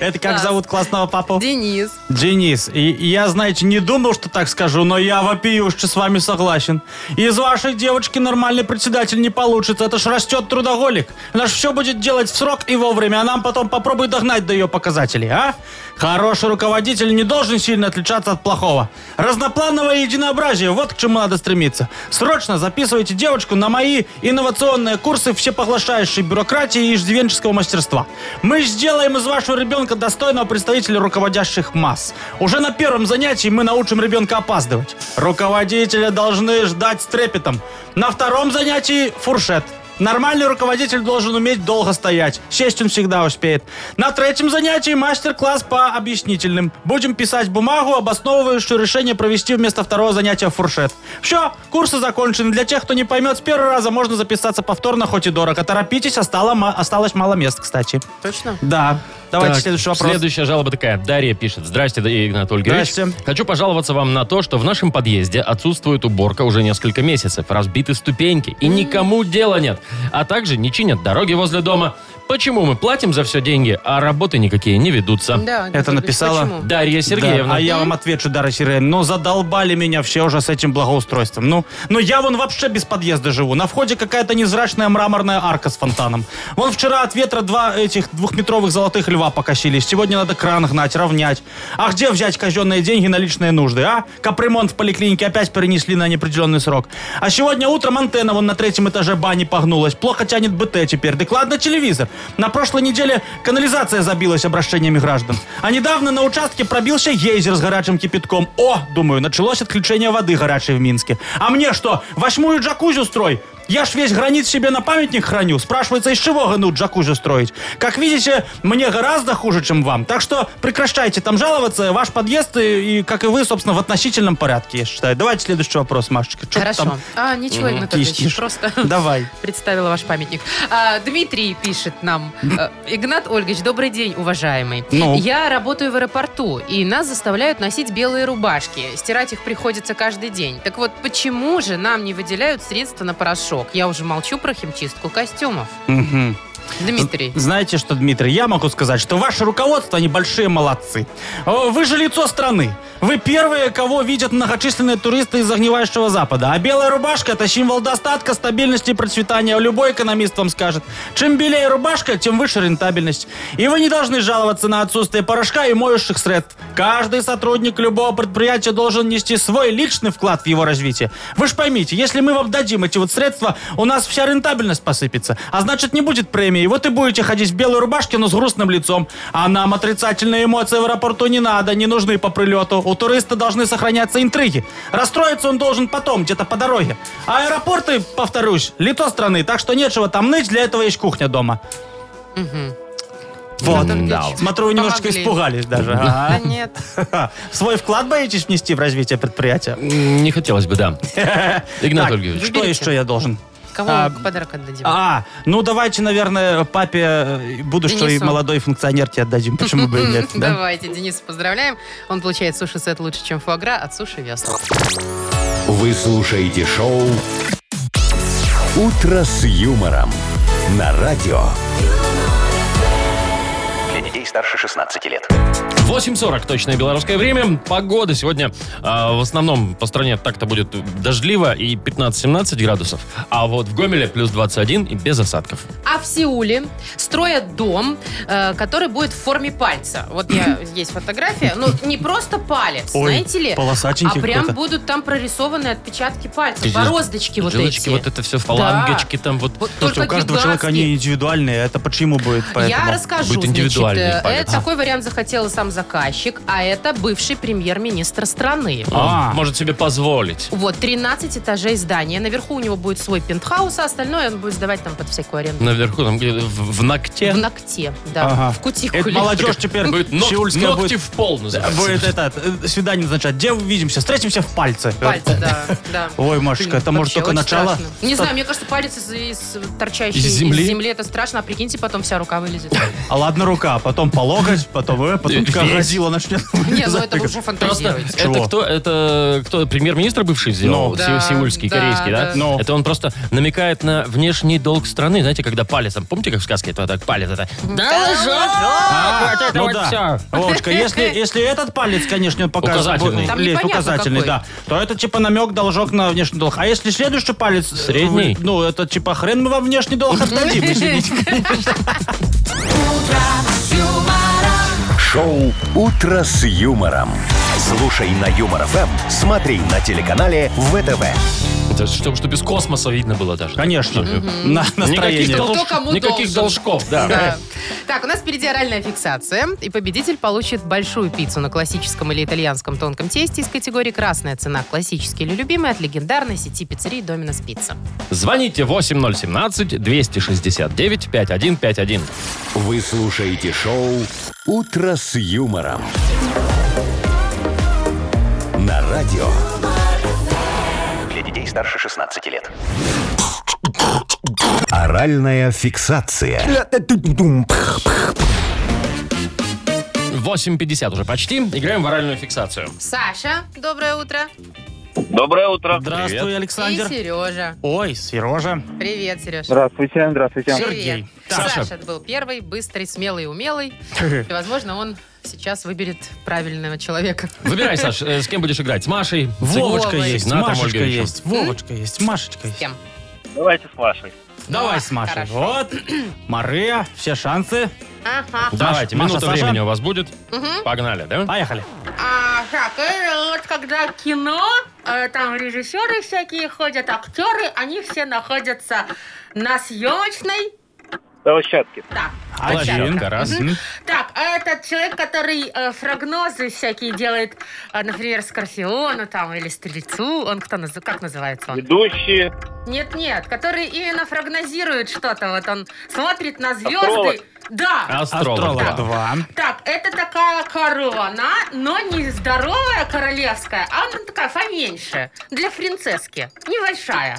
Это как
Класс.
зовут классного папу?
Денис.
Денис. И и я, знаете, не думал, что так скажу, но я вопию, что с вами согласен. Из вашей девочки нормальный председатель не получится. Это ж растет трудоголик. Она ж все будет делать в срок и вовремя, а нам потом попробуй догнать до ее показателей, а? Хороший руководитель не должен сильно отличаться от плохого. Разноплановое единообразие, вот к чему надо стремиться. Срочно записывайте девочку на мои инновационные курсы всепоглощающей бюрократии и иждивенческого мастерства. Мы сделаем из вашего ребенка достойного представителя руководящих масс. Уже на первом занятии мы научим ребенка опаздывать. Руководителя должны ждать с трепетом. На втором занятии фуршет. Нормальный руководитель должен уметь долго стоять. Сесть он всегда успеет. На третьем занятии мастер-класс по объяснительным. Будем писать бумагу, обосновывающую решение провести вместо второго занятия фуршет. Все, курсы закончены. Для тех, кто не поймет с первого раза, можно записаться повторно, хоть и дорого. Торопитесь, остало ма- осталось мало мест, кстати.
Точно?
Да. Давайте
Так,
следующий вопрос.
Следующая жалоба такая. Дарья пишет. Здрасте, Да- Игнат Ольгович.
Здрасте.
Хочу пожаловаться вам на то, что в нашем подъезде отсутствует уборка уже несколько месяцев. Разбиты ступеньки и никому дела нет. А также не чинят дороги возле дома. Почему мы платим за все деньги, а работы никакие не ведутся?
Да,
Это
Григорий,
написала-
почему?
Дарья
Да,
Сергеевна.
а я вам отвечу, Дара Сергеевна, но задолбали меня все уже с этим благоустройством. Ну, но я вон вообще без подъезда живу. На входе какая-то незрачная мраморная арка с фонтаном. Вон вчера от ветра два этих двухметровых золотых льва покосились. Сегодня надо кран гнать, равнять. А где взять казенные деньги на личные нужды, а? Капремонт в поликлинике опять перенесли на неопределенный срок. А сегодня утром антенна вон на третьем этаже бани погнулась. Плохо тянет БТ теперь. Так ладно телевизор. На прошлой неделе канализация забилась обращениями граждан. А недавно на участке пробился гейзер с горячим кипятком. О, думаю, началось отключение воды горячей в Минске. А мне что, восьмую джакузи устрой? Я ж весь гранит себе на памятник храню. Спрашивается, из чего гнут джакузи строить? Как видите, мне гораздо хуже, чем вам. Так что прекращайте там жаловаться. Ваш подъезд, и, и, как и вы, собственно, в относительном порядке, я считаю. Давайте следующий вопрос, Машечка. Чё ты
Хорошо.
там
А, ничего, Игнат Ольгович,
киснешь?
просто
Давай.
представила ваш памятник. А, Дмитрий пишет нам. э, Игнат Ольгович, добрый день, уважаемый.
Ну?
Я работаю в аэропорту, и нас заставляют носить белые рубашки. Стирать их приходится каждый день. Так вот, почему же нам не выделяют средства на порошок? Я уже молчу про химчистку костюмов.
Мгм.
Дмитрий.
Знаете что, Дмитрий, я могу сказать, что ваше руководство, они большие молодцы. О, Вы же лицо страны. Вы первые, кого видят многочисленные туристы из загнивающего Запада. А белая рубашка – это символ достатка, стабильности и процветания. Любой экономист вам скажет. Чем белее рубашка, тем выше рентабельность. И вы не должны жаловаться на отсутствие порошка и моющих средств. Каждый сотрудник любого предприятия должен нести свой личный вклад в его развитие. Вы же поймите, если мы вам дадим эти вот средства, у нас вся рентабельность посыпется. А значит, не будет премии. Вот и будете ходить в белой рубашке, но с грустным лицом. А нам отрицательные эмоции в аэропорту не надо, не нужны по прилету. У туриста должны сохраняться интриги. Расстроиться он должен потом, где-то по дороге. А аэропорты, повторюсь, лито страны, так что нечего там ныть, для этого есть кухня дома. Вот.
Игнат Ольгович,
Смотрю, вы немножечко
помогли.
испугались даже.
Да
а?
нет.
Свой вклад боитесь внести в развитие предприятия?
М, Не хотелось бы, да. Игнат
Так,
Ольгович.
Что еще я должен?
Кому
А,
подарок отдадим?
А, ну давайте, наверное, папе э, будущий
Денису.
молодой функционер тебе отдадим. Почему бы и нет? да?
Давайте, Дениса поздравляем. Он получает суши-сет лучше, чем фуагра от Суши Весла.
Вы слушаете шоу «Утро с юмором» на радио.
Для детей старше 16 лет.
8.40 точное белорусское время. Погода сегодня э, в основном по стране так-то будет дождливо и 15-17 градусов. А вот в Гомеле плюс 21 и без осадков.
А в Сеуле строят дом, э, который будет в форме пальца. Вот я есть фотография. Ну, не просто палец,
Ой,
знаете ли? А
полосатенький
прям
какой-то.
будут там прорисованы отпечатки пальцев,
Эти
бороздочки вот
Жилочки,
эти.
вот это все, фалангочки там вот.
Вот
Слушайте, у
только
каждого человека они
гигантские.
индивидуальные. Это почему будет? Поэтому.
Я расскажу,
будет
значит,
индивидуальный
э,
палец.
это такой вариант захотел и сам заказчик, а это бывший премьер-министр страны.
А,
А.
Может себе позволить.
Вот, 13 этажей здания. Наверху у него будет свой пентхаус, а остальное он будет сдавать там под всякую аренду.
Наверху там где-то в, в ногте.
В ногте, да,
Ага.
в кутикуле.
Это молодежь теперь
Будет ног-
сеульская
ногти
будет,
в пол называется.
будет это, э, свидание назначать. Где увидимся? Встретимся в пальце.
Пальцы, да, да.
Ой, Машечка, это может
Вообще
только
очень
начало.
страшно. Не знаю, мне кажется, палец из, из- торчащий
Из
из
земли?
земли. это страшно, а прикиньте, потом вся рука вылезет.
А ладно рука, потом по локоть, потом, э, потом
Э,
такая
весь.
грозила начнет.
Не, ну
вылезать.
это уже
Просто
фантазируете.
это
Чего?
кто? Это кто? Премьер-министр бывший сделал?
Ну.
Се-
Да,
сеульский,
да,
корейский, да?
да.
Ну.
Это он просто намекает на внешний долг страны. Знаете, когда палецом, помните, как в сказке, это так палец, это...
А,
Да,
ну да. Вовочка, если, если этот палец, конечно, показывает...
Указательный.
Там
лезет,
непонятно
указательный,
какой.
да. То это типа намек, должок на внешний долг. А если следующий палец... э,
Средний?
вы- Ну, это типа хрен мы вам внешний долг отдадим, извините.
Шоу «Утро с юмором». Слушай на Юмор ФМ, смотри на телеканале ВТВ.
Это Чтобы что без космоса видно было даже.
Конечно. На
Никаких,
настроение.
долж-
Кто кому
никаких
должен.
должков, да.
Да. Так, у нас впереди оральная фиксация, и победитель получит большую пиццу на классическом или итальянском тонком тесте из категории «Красная цена», «Классический» или «Любимый» от легендарной сети пиццерий «Доминос Пицца».
Звоните 8017-269-5151.
Вы слушаете шоу «Утро с юмором». На радио
Для детей старше 16 лет.
«Оральная фиксация».
8.50 уже почти. Играем в оральную фиксацию.
Саша, доброе утро.
Доброе утро.
Здравствуй,
Привет.
И
Александр.
Сережа.
Ой, Сережа.
Привет, Сережа.
Здравствуйте, здравствуйте.
Привет.
Сергей.
Саша.
Саша был первый, быстрый, смелый, умелый. И, возможно, он сейчас выберет правильного человека.
Выбирай, Саш, э, с кем буднешь играть? С Машей? с
Вовочка
Вовой.
есть,
Игнатом
Машечка
Ольговичем.
есть, Вовочка есть, Машечка есть.
Кем?
Давайте с Машей.
Давай
А,
с Машей.
хорошо.
Вот, Мария, все шансы.
Ага.
Давайте,
Маша,
минута
Саша.
времени у вас будет. Погнали, да?
Поехали.
Ага, э, вот когда кино, э, там режиссеры всякие ходят, актеры, они все находятся на съемочной.
Площадке.
Да.
Один.
Площадка, раз.
Мгм.
Так, а этот человек, который э, прогнозы всякие делает, э, например, Скорпиону там или Стрельцу, он кто наз- как называется он?
Ведущие.
Нет-нет, который именно прогнозирует что-то, вот он смотрит на звезды.
Астролог.
Да.
Астролог.
Астролог
два.
2.
Так, это такая корона, но не здоровая королевская, а она такая поменьше. Для принцесски. Небольшая.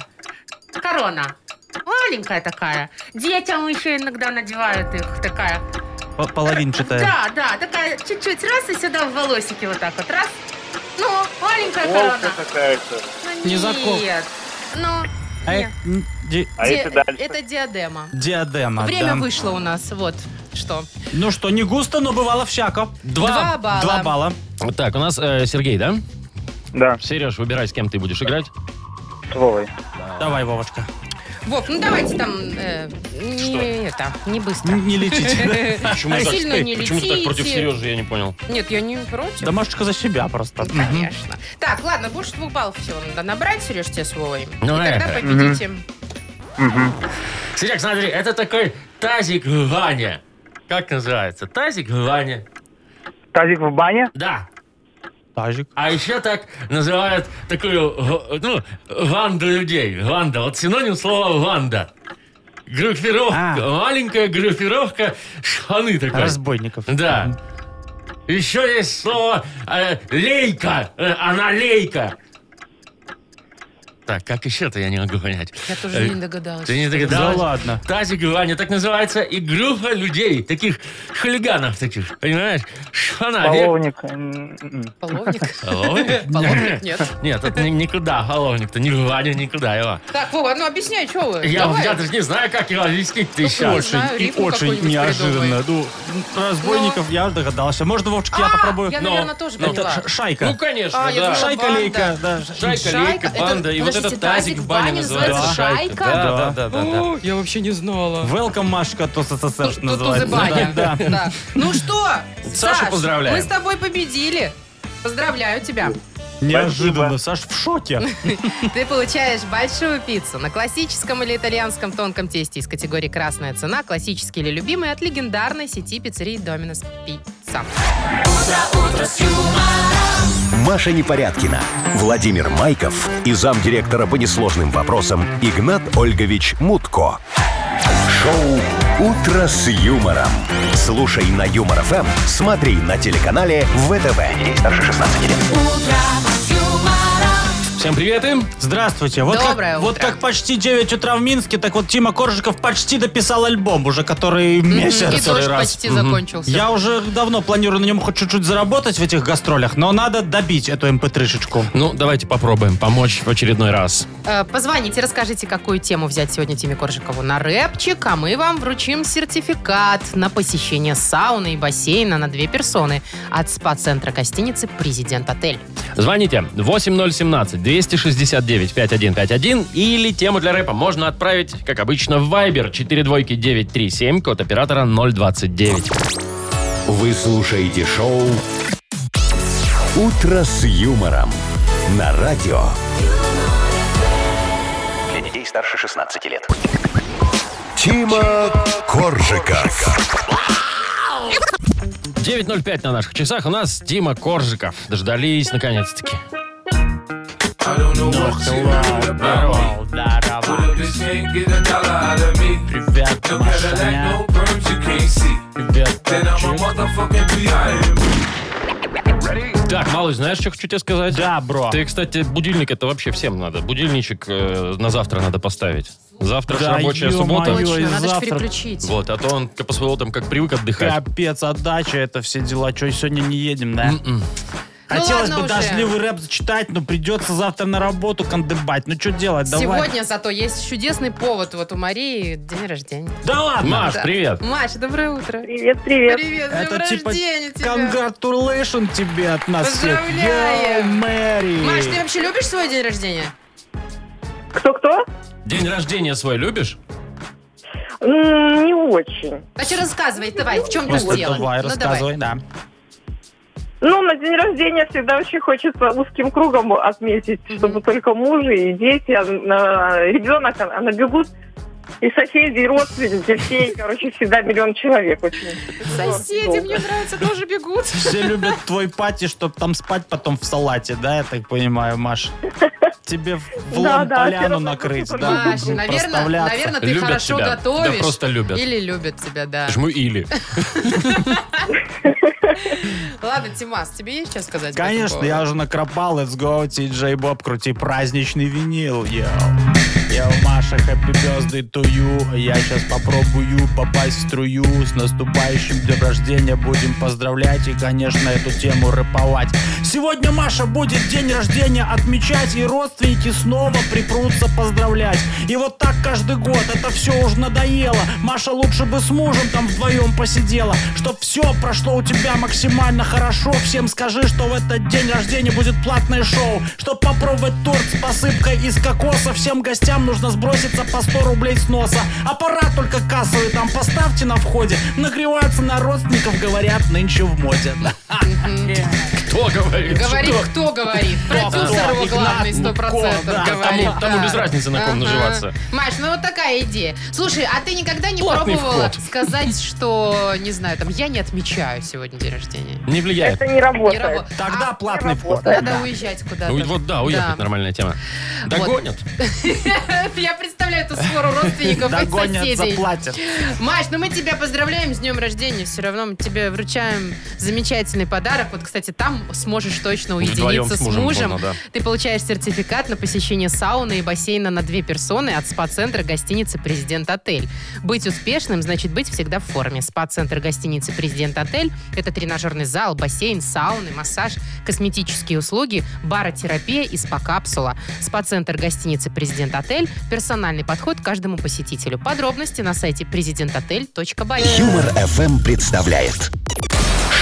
Корона. Маленькая такая. Детям еще иногда надевают их. Такая.
Половинчатая.
Да, да, такая чуть-чуть раз и сюда в волосики вот так вот. Раз. Ну, маленькая
Волка
корона.
какая-то.
Ну,
не заколка.
Нет. Ну,
А
нет.
это м, ди-
А
Ди-
если дальше?
это диадема.
Диадема,
Время
да.
вышло у нас, вот что.
Ну что, не густо, но бывало всяко.
Два балла.
Два балла.
Так, у нас э, Сергей, да?
Да.
Сереж, выбирай, с кем ты будешь играть.
С Вовой.
Давай, Вовочка.
Вов, ну давайте там э, не, это, не быстро.
Н- Не летите.
Почему
так- А Сильно не
Почему ты так
летите.
против Сережи, я не понял.
Нет, я не против.
Да Машечка за себя просто. Мгм.
Конечно. Так, ладно, больше двух баллов всего надо набрать, Сереж, тебе с Вовой.
Ну,
и тогда
наехали.
победите.
Серег, смотри, это такой тазик Ваня. Как называется? Тазик Ваня.
Тазик в бане?
Да.
Тазик.
А еще так называют такую, г- ну, ванду людей. Ванда. Вот синоним слова ванда. Группировка.
А.
Маленькая группировка шаны такой.
Разбойников.
Да. Еще есть слово э, лейка. Э, она лейка. Так, как еще-то я не могу понять.
Я тоже
Э,
не догадалась.
Ты не
Да
догадалась?
ладно.
Тазик Ваня, так называется и группа людей, таких хулиганов таких, понимаешь? Шанавик.
Половник. М, м.
Половник?
Половник?
Половник нет.
Нет, это ни- никуда, половник-то, ни Ваня, никуда его.
Так, Вова, ну объясняй, что вы?
Я,
Давай.
я даже не знаю, как его объяснить-то
Ну,
еще.
Не знаю,
и
рифму
очень
какую-нибудь
неожиданно. Ну, разбойников я догадался. Можно, Вовчик, я попробую?
А, я,
Но-
наверное, тоже
но-
Это
поняла.
ш- шайка.
Ну, конечно,
А,
да.
я думала,
Шайка
банда.
лейка, да.
Шайка,
Шайка,
лейка,
это-
банда. И вот
подождите,
этот тазик в бане называется шайка. Да, да, да, да, да.
О, я вообще не знала.
Welcome, Машка, то
Ту-
СССР что
ту-
называется.
тузыбаня.
Да, да.
Да. Ну что,
Сашу
Саш,
поздравляем.
Мы с тобой победили. Поздравляю тебя.
Неожиданно, Саш в шоке.
Ты получаешь большую пиццу на классическом или итальянском тонком тесте из категории «Красная цена», классический или любимый от легендарной сети пиццерий «Доминос Пицца».
Маша Непорядкина, Владимир Майков и замдиректора по несложным вопросам Игнат Ольгович Мутко. Шоу «Утро с юмором». Слушай на Юмор ФМ, смотри на телеканале ВТВ. Здесь старше 16 лет.
Всем привет им.
Здравствуйте. Вот
Доброе
как, вот
утро.
как почти 9 утра в Минске, так вот Тима Коржиков почти дописал альбом уже, который месяц.
И
который
тоже
раз.
почти закончился.
Я уже давно планирую на нем хоть чуть-чуть заработать в этих гастролях, но надо добить эту mp3-шечку.
Ну, давайте попробуем помочь в очередной раз.
Э, Позвоните, расскажите, какую тему взять сегодня Тиме Коржикову на рэпчик, а мы вам вручим сертификат на посещение сауны и бассейна на две персоны от спа-центра гостиницы «Президент Отель».
Звоните 8017-269-5151 или тему для рэпа можно отправить, как обычно, в Viber 42937, код оператора 029.
Вы слушаете шоу «Утро с юмором» на радио.
Для детей старше 16 лет.
Тима Коржика.
9.05 на наших часах у нас Тима Коржиков. Дождались наконец-таки.
Привет, Машаня.
Так, малыш, знаешь, что хочу тебе сказать?
Да, бро.
Ты, кстати, будильник это вообще всем надо. Будильничек э, на завтра надо поставить. Завтра же
Да,
рабочая
ё-моё.
суббота.
Ой,
Точно, надо же
завтра.
переключить.
Вот, а то он по своему там как привык отдыхать.
Капец, отдача, это все дела. Че, сегодня не едем, да?
М-м.
Ну
Хотелось
ладно
бы
уже.
дождливый рэп зачитать, но придется завтра на работу кандыбать. Ну что делать, давай.
Сегодня зато есть чудесный повод. Вот у Марии день рождения.
Да ладно!
Маш,
Да.
привет.
Маша, доброе утро.
Привет, привет.
Привет, с
Это
днем
типа
рождения тебя.
Congratulations тебе от нас всех.
Поздравляем.
Йоу, Мэри.
Маш, ты вообще любишь свой день рождения?
Кто-кто?
День рождения свой любишь?
М, Не очень.
А что рассказывай, давай, в чем
Просто
тут дело?
давай,
Ну,
рассказывай, да.
Ну, на день рождения всегда очень хочется узким кругом отметить, чтобы только мужи и дети, а, а, ребенок, а, набегут и соседи, и родственники, все, и, короче, всегда миллион человек очень.
Соседи, мне нравится, тоже бегут.
Все любят твой пати, чтобы там спать потом в салате, да, я так понимаю, Маш? Тебе в в
Да,
лом
да, все
поляну
равно
накрыть,
буду
да?
Маша,
буду
наверное,
проставляться.
наверное, ты
Любят
хорошо
тебя.
готовишь.
Да просто любят.
Или любят тебя, да.
Жму или.
Ладно, Тимас, тебе есть что сказать? по этому
Конечно,
поводу?
я уже накропал. Let's go, TJ Боб, крути праздничный винил, йоу. Йоу, Маша, happy birthday to you. Я сейчас попробую попасть в струю. С наступающим днем рождения будем поздравлять и, конечно, эту тему рэповать. Сегодня Маша будет день рождения отмечать, и родственники снова припрутся поздравлять. И вот так каждый год, это все уже надоело. Маша лучше бы с мужем там вдвоем посидела, чтоб все прошло у тебя максимально хорошо. Всем скажи, что в этот день рождения будет платное шоу. Чтоб попробовать торт с посыпкой из кокоса, всем гостям нужно сброситься по 100 рублей с носа. Аппарат только кассовый там поставьте на входе. Нагреваться на родственников, говорят, нынче в моде.
Кто говорит?
Говорит,
Что?
кто говорит. Продюсер
кто?
его
Игнат
главный,
Мутко,
сто процентов
да,
говорит.
тому- тому
да.
без разницы, на ком
Ага.
наживаться.
Маш, ну вот такая идея. Слушай, а ты никогда не
Платный
пробовала
вход.
сказать, что, не знаю, там, я не отмечаю сегодня день рождения?
Не влияет.
Ну, Это не
Не
работает.
рабо-
Тогда
А,
платный вход.
Надо уезжать куда-то.
Ну, Вот да, уехать нормальная тема. Догонят.
Я представляю эту свору родственников и
Догонят,
соседей.
заплатят.
Маш, ну мы тебя поздравляем с днем рождения. Все равно мы тебе вручаем замечательный подарок. Вот, кстати, там сможешь точно
Вдвоем
уединиться
с мужем можно, да.
Ты получаешь сертификат на посещение сауны и бассейна на две персоны от спа-центра гостиницы «Президент Отель». Быть успешным значит быть всегда в форме. Спа-центр гостиницы «Президент Отель» — это тренажерный зал, бассейн, сауны, массаж, косметические услуги, баротерапия и спа-капсула. Спа-центр гостиницы «Президент Отель» — персональный подход к каждому посетителю. Подробности на сайте президентотель.бай.
Юмор FM представляет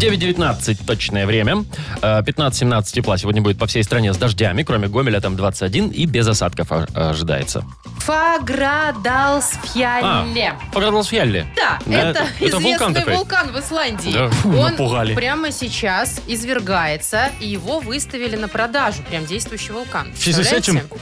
9.19 точное время. Э, 15-17 тепла сегодня будет по всей стране с дождями, кроме Гомеля там 21 и без осадков о- ожидается. А.
Фаградалсфьяле.
Поградал Фьялли.
Да,
Да,
это,
это
известный
вулкан
вулкан,
такой.
в Исландии.
Да, фу,
Он
напугали.
прямо сейчас извергается, и его выставили на продажу, прям действующий вулкан.
В связи с
Представляете?
этим?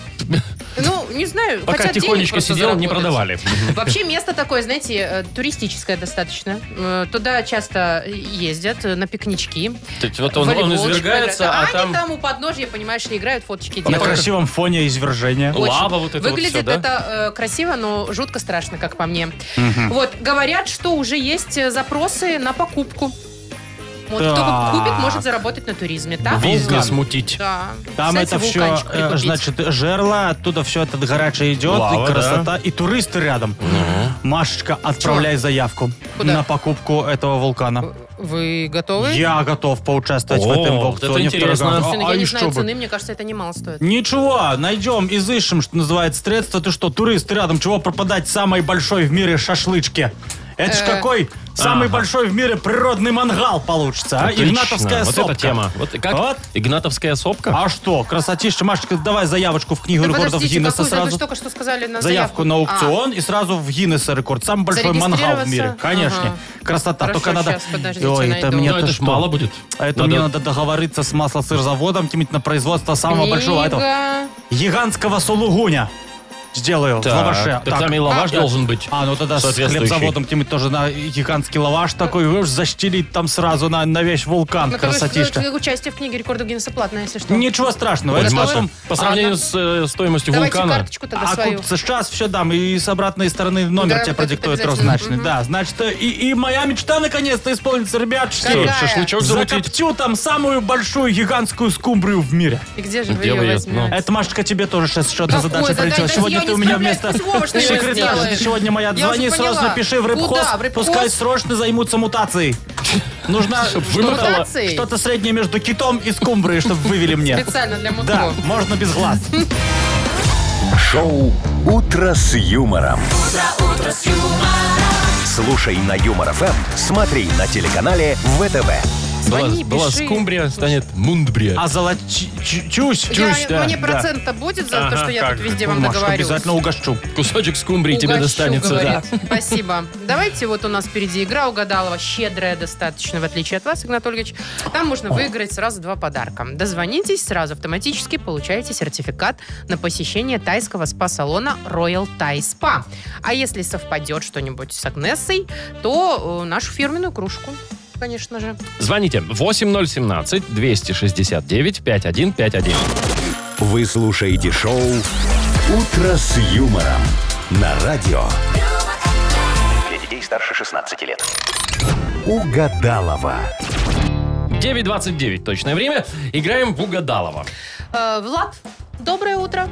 Ну, не знаю,
Пока
хотят денег
тихонечко
просто
сидел, не
заработать.
продавали.
Вообще место такое, знаете, э, туристическое достаточно. Э, Туда часто ездят э, на пикнички.
Ну, То есть Вот он, он
волейбол
извергается,
играют.
а
они
там А
у подножья, понимаешь, ли, играют, фоточки
На
делают.
красивом фоне извержения.
Очень.
лава вот это вот
Выглядит
всё, да?
это э, красиво, но жутко страшно, как по мне. Вот, говорят, что уже есть э, запросы на покупку. Вот,
Так.
кто купит, может заработать на туризме, так?
бизнес
вулкан.
мутить.
Да.
Там
Кстати,
это все,
вулканчик прикупить.
значит, жерло, оттуда все это горячее идет,
Лава,
и красота, и туристы рядом. Машечка, отправляй заявку
Куда?
на покупку этого вулкана.
Вы готовы?
Я готов поучаствовать в
О,
этом
вот это
аукционе в
интересно.
торгах.
Слушай, ну,
А- а
я не
и
знаю
что бы?
цены, мне кажется, это немало стоит.
Ничего, найдем, изыщем, что называется, средства. Ты что, турист рядом, чего пропадать самой большой в мире шашлычке? Это ж
Э.
какой самый
Ага.
большой в мире природный мангал получится, а?
Отлично.
Игнатовская
Вот
сопка.
эта тема. Вот как?
Вот.
Игнатовская сопка?
А что, красотища, Машечка, давай заявочку в книгу
Да
рекордов
подождите,
Гиннесса
какую вы
сразу.
же только что сказали на заявку?
Заявку
А.
на аукцион и сразу в Гиннес рекорд. Самый большой мангал в мире.
Зарегистрироваться?
Конечно.
Ага.
Красота.
Хорошо,
Только надо...
щас, подождите,
Ой, это
найду.
мне
Ну, это
то
ж
что?
мало будет.
А Это
Надо-
мне надо договориться с маслосырзаводом, каким-нибудь на производство самого большого этого
А, Книга.
гигантского сулугуня. Сделаю
Так,
в лаваше.
так там и лаваш
я-
должен быть
А, ну тогда с
соответствующий.
хлебзаводом каким-нибудь тоже на гигантский лаваш такой. Вы ж защелить там сразу на, на весь вулкан.
Ну, как бы,
Красотища.
э, Участие в книге рекордов Гиннесса платное, если что.
Ничего страшного.
Ой,
ну, Это
Маша,
потом-
по сравнению с э, стоимостью
Давайте
вулкана.
карточку тогда
А
свою.
куп- сейчас все дам, и с обратной стороны номер
Да,
тебе
вот это
продиктует
обязательно.
трехзначный.
Мгм.
Да, значит, э, и, и моя мечта наконец-то исполнится, ребятушки.
Какая?
Шашлычок замутить.
Закоптю там самую большую гигантскую скумбрию в мире.
И где же вы
Где
ее
вы её?
возьмете?
Ну, Это, Машечка, тебе тоже сейчас еще одна
Какой?
задача
Задай-
прилетела.
дай
Сегодня сегодня
Вова
ты
не
у меня
справляется,
вместо
пусть Вова что-нибудь
секретаря,
сделает.
ты сегодня моя,
Я
звони
уже
сразу
поняла.
напиши в рыбхоз,
Куда? В рыбхоз?
пускай срочно займутся мутацией. Нужно что-то
вымотало.
что-то среднее между китом и скумброй, чтобы вывели мне.
Специально для мутко.
Да, можно без глаз.
Шоу «Утро с юмором». Слушай на Юмор ФМ, смотри на телеканале ВТВ.
Была,
Звони,
была
пиши.
скумбрия, станет мундбрия.
А золочусь.
Я-
чушь, да,
Мне
да.
процент-то будет за
Ага,
то, что я
как
тут
же.
везде вам договорюсь?
обязательно угощу.
Кусочек скумбрии тебе
Угощу,
достанется. да.
говорит. Спасибо. Давайте, вот у нас впереди игра угадалова, щедрая достаточно, в отличие от вас, Игнат Ольгович. Там можно выиграть сразу два подарка. Дозвонитесь, сразу автоматически получаете сертификат на посещение тайского спа-салона Royal Thai Spa. А если совпадет что-нибудь с Агнесой, то э, нашу фирменную кружку, конечно же.
Звоните 8017-269-5151.
Вы слушаете шоу «Утро с юмором» на радио
Для детей старше 16 лет.
«Угадалова».
9.29 точное время. Играем в Угадалова.
Э, Влад, доброе утро.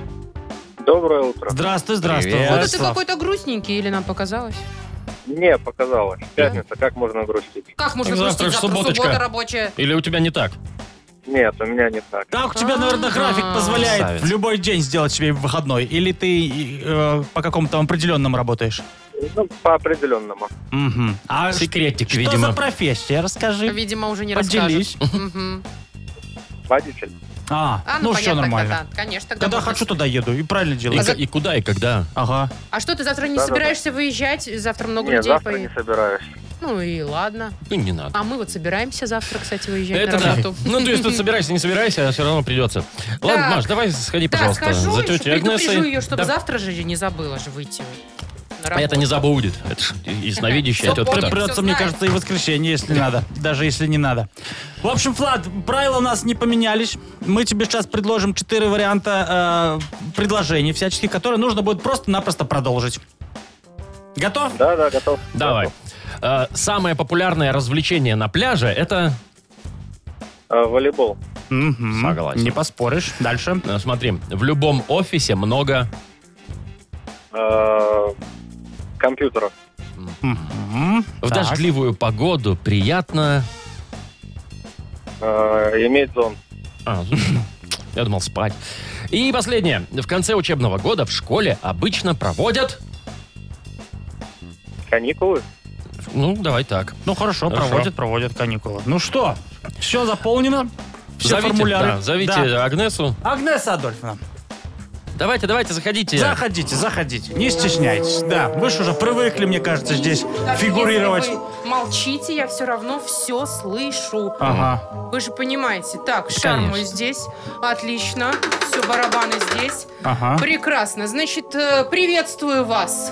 Доброе утро.
Здравствуй, здравствуй.
Привет.
Вот ты
Владислав.
какой-то грустненький, или нам показалось?
Не, показалось. Пятница, как можно грустить?
Как можно
Завтра
грустить?
ж
Завтра
субботочка.
суббота рабочая.
Или у тебя не так?
Нет, у меня не так.
Так, у тебя, наверное, график
А-а-а.
позволяет
Красавец.
в любой день сделать себе выходной. Или ты э, по какому-то определенному работаешь?
Ну, по определенному.
Угу. А ш-
Секретик,
что
видимо.
за профессия? Расскажи.
Видимо, уже не
Поделись.
расскажут. Мгм.
Водитель.
А,
А,
ну,
ну,
все
понятно,
нормально.
тогда, да. Конечно, тогда
Когда
можно.
хочу, туда еду. И правильно
И,
делаю.
к- и куда, и когда?
Ага.
А что, ты завтра не
Да-да-да.
собираешься выезжать? Завтра много
Нет,
людей
завтра
поедет.
не собираюсь.
Ну и ладно.
Ну, не надо.
А мы вот собираемся завтра, кстати, выезжать
Это
на
да.
работу.
Ну, то есть тут собирайся, не собирайся, а все равно придется. Ладно,
Так.
Маш, давай сходи,
Да,
пожалуйста,
схожу,
за
еще
тетей
предупрежу
Агнесой.
ее, чтобы
Да,
завтра же не забыла же выйти на работу.
А Это не забудет. Это ж ясновидящая
Всё
тетка. Пр-
помнит.
Придется, мне
знает.
кажется, и в воскресенье, если надо. Даже если не надо. В общем, Влад, правила у нас не поменялись. Мы тебе сейчас предложим четыре варианта э, предложений всяческих, которые нужно будет просто-напросто продолжить. Готов?
Да, да, готов.
Давай. Э, Самое популярное развлечение на пляже это...
Э, волейбол.
Мгм.
Согласен.
Не поспоришь. Дальше.
э, Смотри, в любом офисе много...
Э, компьютеров.
Мгм.
В
Так.
дождливую погоду приятно...
Э, иметь зон.
А, я думал спать. И последнее. В конце учебного года в школе обычно проводят...
Каникулы.
Ну, давай так.
Ну хорошо,
Хорошо.
проводят, проводят каникулы. Ну что, все заполнено. Все
зовите,
формуляры.
да, зовите
Да.
Агнесу.
Агнеса Адольфовна,
Давайте, давайте, заходите.
заходите, заходите. Не стесняйтесь. Да, вы же уже привыкли, мне кажется, здесь фигурировать.
Если вы молчите, я все равно все слышу.
Ага.
Вы же понимаете. Так, шар мой
Конечно.
здесь. Отлично. Все, барабаны здесь.
Ага.
Прекрасно. Значит, э, приветствую вас.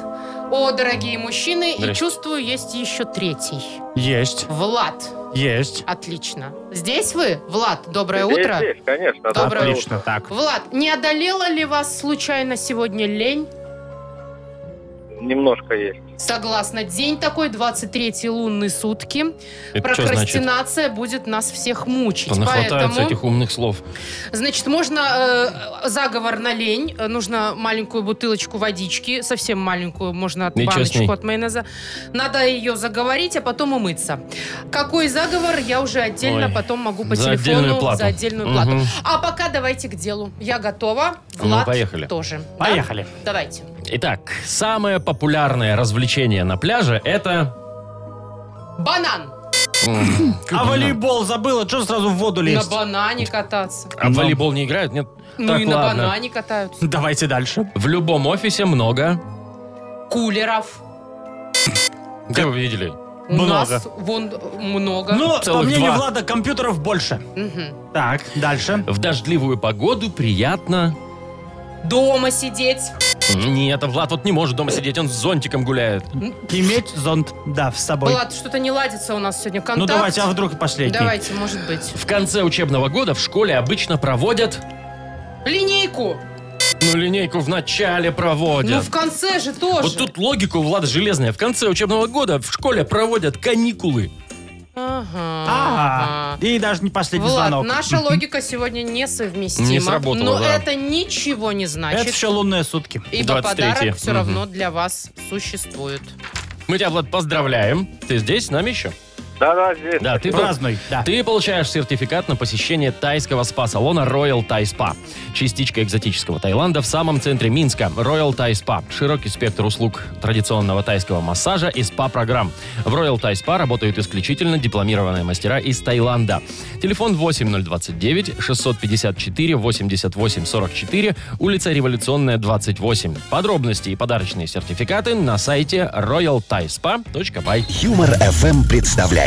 О, дорогие мужчины, и
Здрасте.
чувствую, есть еще третий.
Есть,
Влад.
есть.
Отлично. Здесь вы? Влад, доброе
Здесь,
утро.
здесь, конечно.
Доброе
Отлично, так.
Влад, не одолела ли вас случайно сегодня лень?
утро. Немножко есть.
Согласна. День такой, 23-й лунные сутки.
Это что значит?
Прокрастинация будет нас всех мучить.
Понахватаются
Поэтому,
этих умных слов.
значит, можно э, заговор на лень. Э, Нужно маленькую бутылочку водички, совсем маленькую, можно от
Ничего с ней.
баночку от майонеза. Надо ее заговорить, а потом умыться. Какой заговор, я уже отдельно
Ой,
потом могу по
за
телефону
отдельную плату.
за отдельную плату.
Мгм.
А пока давайте к делу. Я готова.
Ну,
Влад
поехали.
тоже. Да?
Поехали.
Давайте.
Итак, самое популярное развлечение на пляже это...
Банан.
А волейбол забыла, что сразу в воду лезть?
На банане кататься.
А в волейбол не играют? Нет?
Ну
Так,
и на
ладно.
банане катаются.
Давайте дальше.
В любом офисе много...
Кулеров.
Где вы видели?
У
Много.
нас вон много.
Ну, по
Целых
мнению
два.
Влада, компьютеров больше.
Мгм.
Так, дальше.
В дождливую погоду приятно...
Дома сидеть.
Нет, а Влад вот не может дома сидеть, он с зонтиком гуляет.
Иметь зонт, да, с собой.
Влад, что-то не ладится у нас сегодня. Контакт.
Ну давайте, а вдруг и последний?
Давайте, может быть.
В конце учебного года в школе обычно проводят...
Линейку.
Ну, линейку в начале
Ну
проводят.
в конце же тоже.
вот тут логика у Влада железная. В конце учебного года в школе проводят каникулы.
Ага.
Ага. А, И даже не последний
А. Влад,
звонок.
наша логика сегодня несовместима.
Не сработала,
Но
да.
это ничего не значит.
Это еще лунные сутки.
Ибо
23-е.
подарок все
Мгм.
равно для вас существует.
Мы тебя, Влад, поздравляем. Ты здесь, с нами еще?
Да-да, здесь.
Да, ты
Празднуй, да.
Ты получаешь сертификат на посещение тайского спа-салона Royal Thai Spa. Частичка экзотического Таиланда в самом центре Минска. Royal Thai Spa. Широкий спектр услуг традиционного тайского массажа и спа-программ. В Royal Thai Spa работают исключительно дипломированные мастера из Таиланда. Телефон 8029 654 88 44, улица Революционная 28. Подробности и подарочные сертификаты на сайте royalthaispa.by.
Юмор FM представляет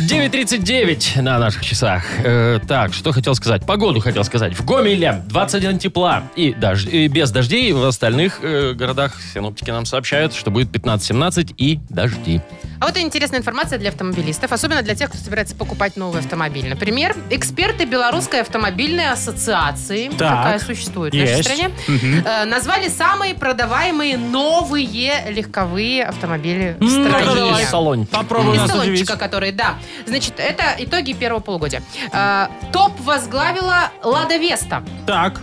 9.39 на наших часах. Э, так, что хотел сказать? Погоду хотел сказать. В Гомеле 21 тепла и, дож- и без дождей. В остальных э, городах синоптики нам сообщают, что будет 15-17 и дожди.
А вот и интересная информация для автомобилистов, особенно для тех, кто собирается покупать новый автомобиль. Например, эксперты Белорусской автомобильной ассоциации,
Так.
такая существует в нашей
Есть.
стране,
Мгм.
э, назвали самые продаваемые новые легковые автомобили в
М,
стране.
ну-ка давай.
Из салон.
Попробуй
Из
нас удивить.
салончика, который, да. Значит, это итоги первого полугодия. Э, топ возглавила Лада Веста.
Так,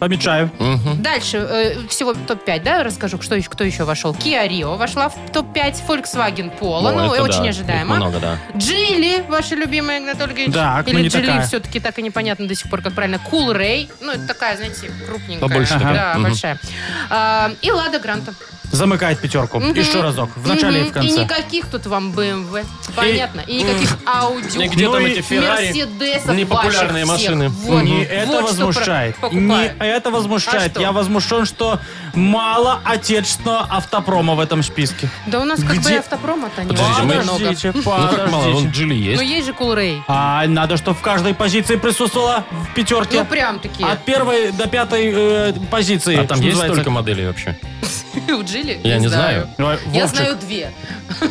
помечаю.
Мгм.
Дальше, э, всего топ-5, да, расскажу, кто еще, кто еще вошел. Kia Rio вошла в топ-5, Volkswagen Polo,
О,
ну,
это
очень
да.
ожидаемо.
Их много, да.
Джили, ваша любимая, Игнат Ольгович.
Так, ну
Или
не
Джили,
такая.
все-таки так и непонятно до сих пор, как правильно. Кул Рэй. Ну, это такая, знаете, крупненькая.
Побольше
такая.
Да,
Мгм.
большая. А, и Лада Гранта.
Замыкает пятерку.
Мгм.
Еще разок. В начале и
Мгм.
в конце.
никаких тут вам BMW. Понятно. И, никаких
И
Audi.
где
Ну
там
и
эти Феррари?
Мерседесов
непопулярные
ваших всех.
машины.
Вот,
Не
вот
это
что про-
возмущает. Не э,
покупаю.
это
А
возмущает.
что?
Я возмущен, что мало отечественного автопрома в этом списке.
Да у нас как бы
Где-
и автопрома-то не
Подождите,
очень
мы-
много.
подождите,
Ну как мало, вон
подождите.
Джили
Но
есть.
есть же Кул Рэй.
А надо, чтобы в каждой позиции присутствовала в
Ну,
пятерке.
прям такие.
От первой до пятой э, позиции.
А там
что
есть
называется.
столько моделей вообще?
У Джили?
Я не знаю.
Ой,
Я
Вовчик,
знаю две.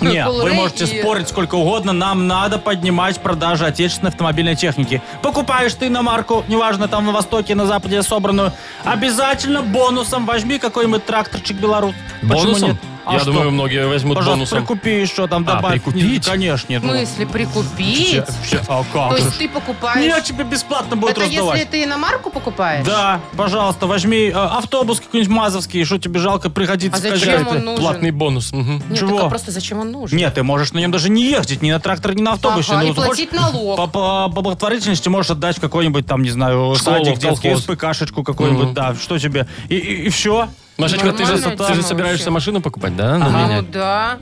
Не,
Кул
вы
Рэй
можете
и-
спорить сколько угодно, нам надо поднимать продажи отечественной автомобильной техники. Покупаешь ты на марку, неважно, там на Востоке, на Западе собранную, обязательно бонусом возьми какой-нибудь тракторчик белорус. Почему
Бонусом?
нет? А
Я
что?
думаю, многие возьмут
Пожалуйста,
бонусом.
прикупи еще там,
А,
добавь.
прикупить?
Не, Конечно.
В
ну.
смысле, прикупить?
Вообще, а как
То
же?
есть ты покупаешь...
Не, а тебе бесплатно будут
Это если
раздавать.
ты иномарку покупаешь?
Да, пожалуйста, возьми э, автобус какой-нибудь мазовский, что тебе жалко
А
приходиться в
зачем
козёре-то?
он нужен?
Платный бонус. мгм.
Нет,
Чего?
так а просто зачем он нужен?
Нет, ты можешь на нем даже не ездить, ни на тракторе, ни на автобусе.
Ага,
Ну,
и платить
хочешь-
налог.
По, по- по благотворительности можешь отдать в какой-нибудь там, не знаю,
Школу,
садик, детский
колхоз.
СП, кашечку какую-нибудь, да, что тебе. И, все.
Машечка, ты же,
Нормальная
ты же
тема
собираешься
вообще.
машину покупать, да? на
Ага.
меня?
Ну да.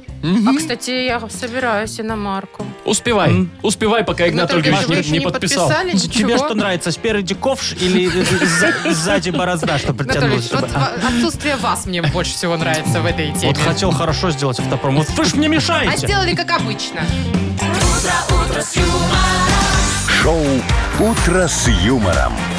А, кстати, я собираюсь иномарку.
Успевай.
М.
Успевай, пока Игнат
Игнат Ольгович,
Ольгович
вы
не,
еще
не
не
подписал.
подписали? Ничего.
Тебе что нравится, спереди ковш или э, сза- сзади борозда, что
Анатолий,
притянулось?
вот ва- отсутствие вас мне больше всего нравится в этой теме.
А, Вот хотел хорошо сделать автопром. Вот вы ж мне
А
мешаете.
сделали как обычно.
Шоу Утро с юмором.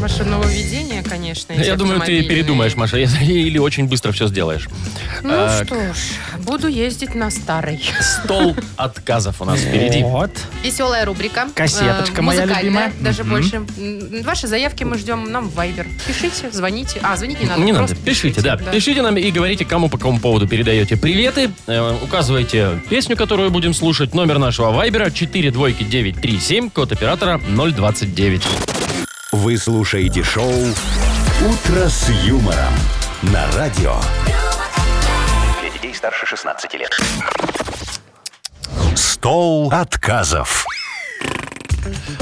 Ваше нововведение, конечно. эти
Я думаю, ты
автомобильные.
передумаешь, Маша, или очень быстро все сделаешь.
Ну
а,
Так.
что ж, буду ездить на старой.
Стол отказов у нас впереди.
Вот.
Веселая рубрика. Э,
Кассеточка моя
музыкальная,
любимая.
даже больше. М, Ваши заявки мы ждем нам в Viber. Пишите, звоните. А, звонить не надо.
Не надо,
просто
пишите, да. Пишите нам и говорите, кому по какому поводу передаете приветы. Э, Указывайте песню, которую будем слушать. Номер нашего вайбера 42937, код оператора 029.
Вы слушаете шоу Утро с юмором на радио.
Для детей старше 16 лет.
Стол отказов.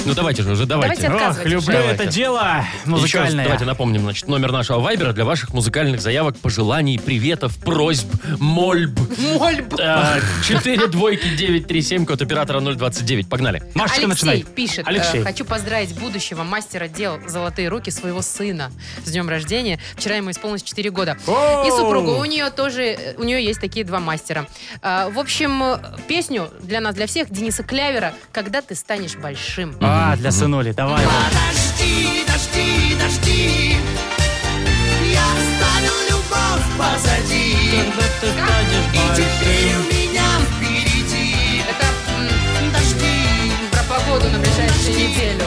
Ну давайте же уже, давайте.
Давайте
Ох,
отказывайтесь.
люблю
Давайте.
это дело
Еще раз
музыкальное.
давайте напомним, значит, номер нашего вайбера для ваших музыкальных заявок, пожеланий, приветов, просьб, мольб.
Мольб.
Э, Четыре двойки 937, код оператора 029. Погнали.
Машечка,
Алексей
начинай.
пишет,
Алексей.
э, хочу поздравить будущего мастера дел «Золотые руки» своего сына с днем рождения. Вчера ему исполнилось 4 года.
Оу.
И супруга, у нее тоже, э, у нее есть такие два мастера. Э, В общем, э, песню для нас, для всех, Дениса Клявера «Когда ты станешь большим».
А, для сынули, давай. Вов.
Дожди, дожди, дожди, я оставил любовь позади. И теперь у меня впереди
Это м,
дожди,
про погоду на ближайшую неделю.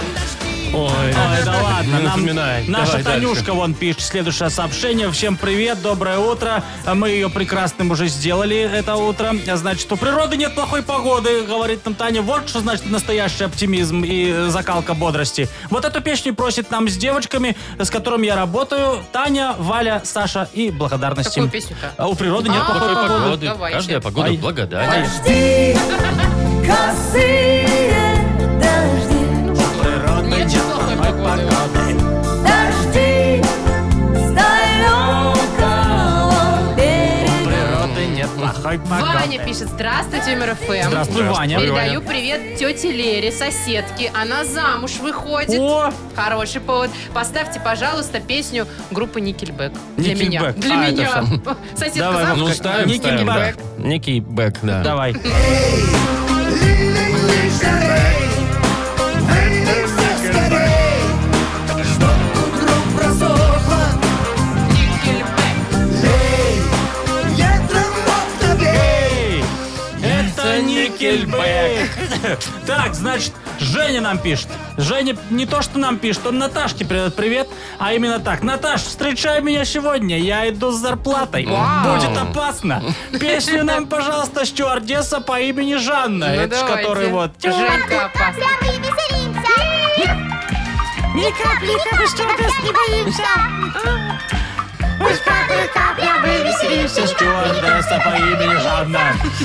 Ой,
Ой, да ладно,
не
нам
напоминай.
наша
Давай дальше.
Танюшка вон пишет следующее сообщение. Всем привет, доброе утро. А Мы ее прекрасным уже сделали это утро. А Значит, у природы нет плохой погоды, говорит нам Таня. Вот что значит настоящий оптимизм и э, закалка бодрости. Вот эту песню просит нам с девочками, с которыми я работаю. Таня, Валя, Саша и благодарность
Какую
им.
песню-то?
А у природы нет
А,
плохой
какой
погоды.
Погоды.
Давайте.
Каждая погода
Ай.
благодать.
Дожди, косые дожди,
Природа
Нет плохой
А,
погоды.
дожди с далекого берега.
Природы нет плохой
Ваня
погоды.
пишет, здравствуйте, МРФМ.
Здравствуй, Ваня.
Передаю привет тете Лере, соседке. Она замуж выходит.
О,
Хороший повод. Поставьте, пожалуйста, песню группы Никельбэк. Для
Nickelback.
меня. Для
А, это
меня. Соседка
Давай,
замуж.
Ну, ставим,
Некий
ставим, да.
бэк.
Некий бэк, да.
давай. Эй, Это Никельбэк. Так, значит, Женя нам пишет. Женя не то, что нам пишет, он Наташке привет, привет, а именно так. Наташ, встречай меня сегодня, я иду с зарплатой.
Вау.
Будет опасно. Песню нам, пожалуйста, стюардесса по имени Жанна.
Ну,
Это ж
давайте.
который вот...
Женька опасна.
Ни капли, как стюардесс, не боимся. Пусть капли, капля, мы веселимся. Стюардесса по имени Жанна.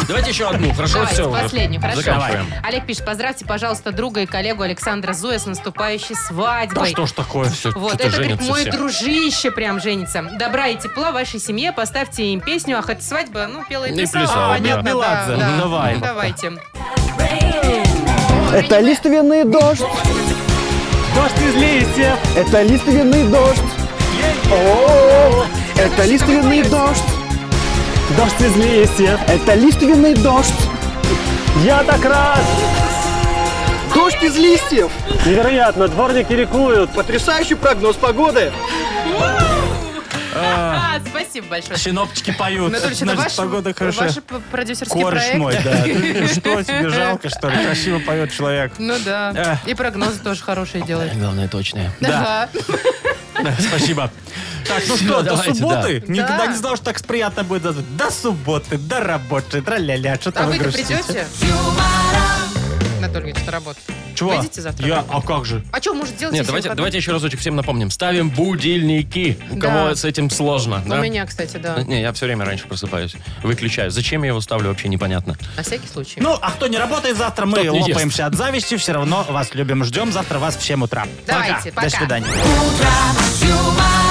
Давайте еще одну. Хорошо,
Давайте,
все. Ну, уже.
последнюю, хорошо.
Заканчиваем.
Олег пишет, поздравьте, пожалуйста, друга и коллегу Александра Зуя с наступающей
Да
свадьбой.
что ж такое?
Все,
Вот,
что-то
это, говорит,
женятся
мой
все.
дружище прям женится. Добра и тепла вашей семье. Поставьте им песню «Ах, это свадьба». Ну, пела и
И
плясала,
плясала,
понятно,
да. Меладзе,
да.
давай.
Ну, Давайте.
Это лиственный дождь,
Дождь из листьев.
это лиственный дождь. О, это лиственный дождь,
Дождь из листьев.
это лиственный дождь.
Я так рад.
Дождь из листьев.
Невероятно, дворники рекуют.
Потрясающий прогноз погоды.
А, спасибо большое.
Синоптики поют.
Анатолий, Ну, это
Значит,
ваш,
погода хорошая.
ваш п- продюсерский
Кореш
проект.
мой, да. Ты Что, тебе жалко, что ли? Красиво поет человек.
Ну да. И прогнозы тоже хорошие делает.
Главное, точное.
Да.
Ага.
Спасибо. Так, ну что, до
давайте,
субботы?
да.
Никогда
Да.
не знал, что так приятно будет. До субботы, до работы, тра-ля-ля. Что-то
А
вы
вы-то
грустите.
придете? Анатолий говорит, что работает.
Чего?
Выйдете завтра?
Я, а как же?
А что, может, делать?
Нет,
если
давайте,
выходной?
давайте еще разочек всем напомним. Ставим будильники. У
Да.
кого с этим сложно,
У
да?
меня, кстати, да.
Не, я все время раньше просыпаюсь. Выключаю. Зачем я его ставлю, вообще непонятно.
На всякий случай.
Ну, а кто не работает завтра, мы
Тот не ест.
лопаемся от зависти. Все равно вас любим, ждем. Завтра вас в 7 утра.
Давайте, пока.
До свидания.
Утро с юмором.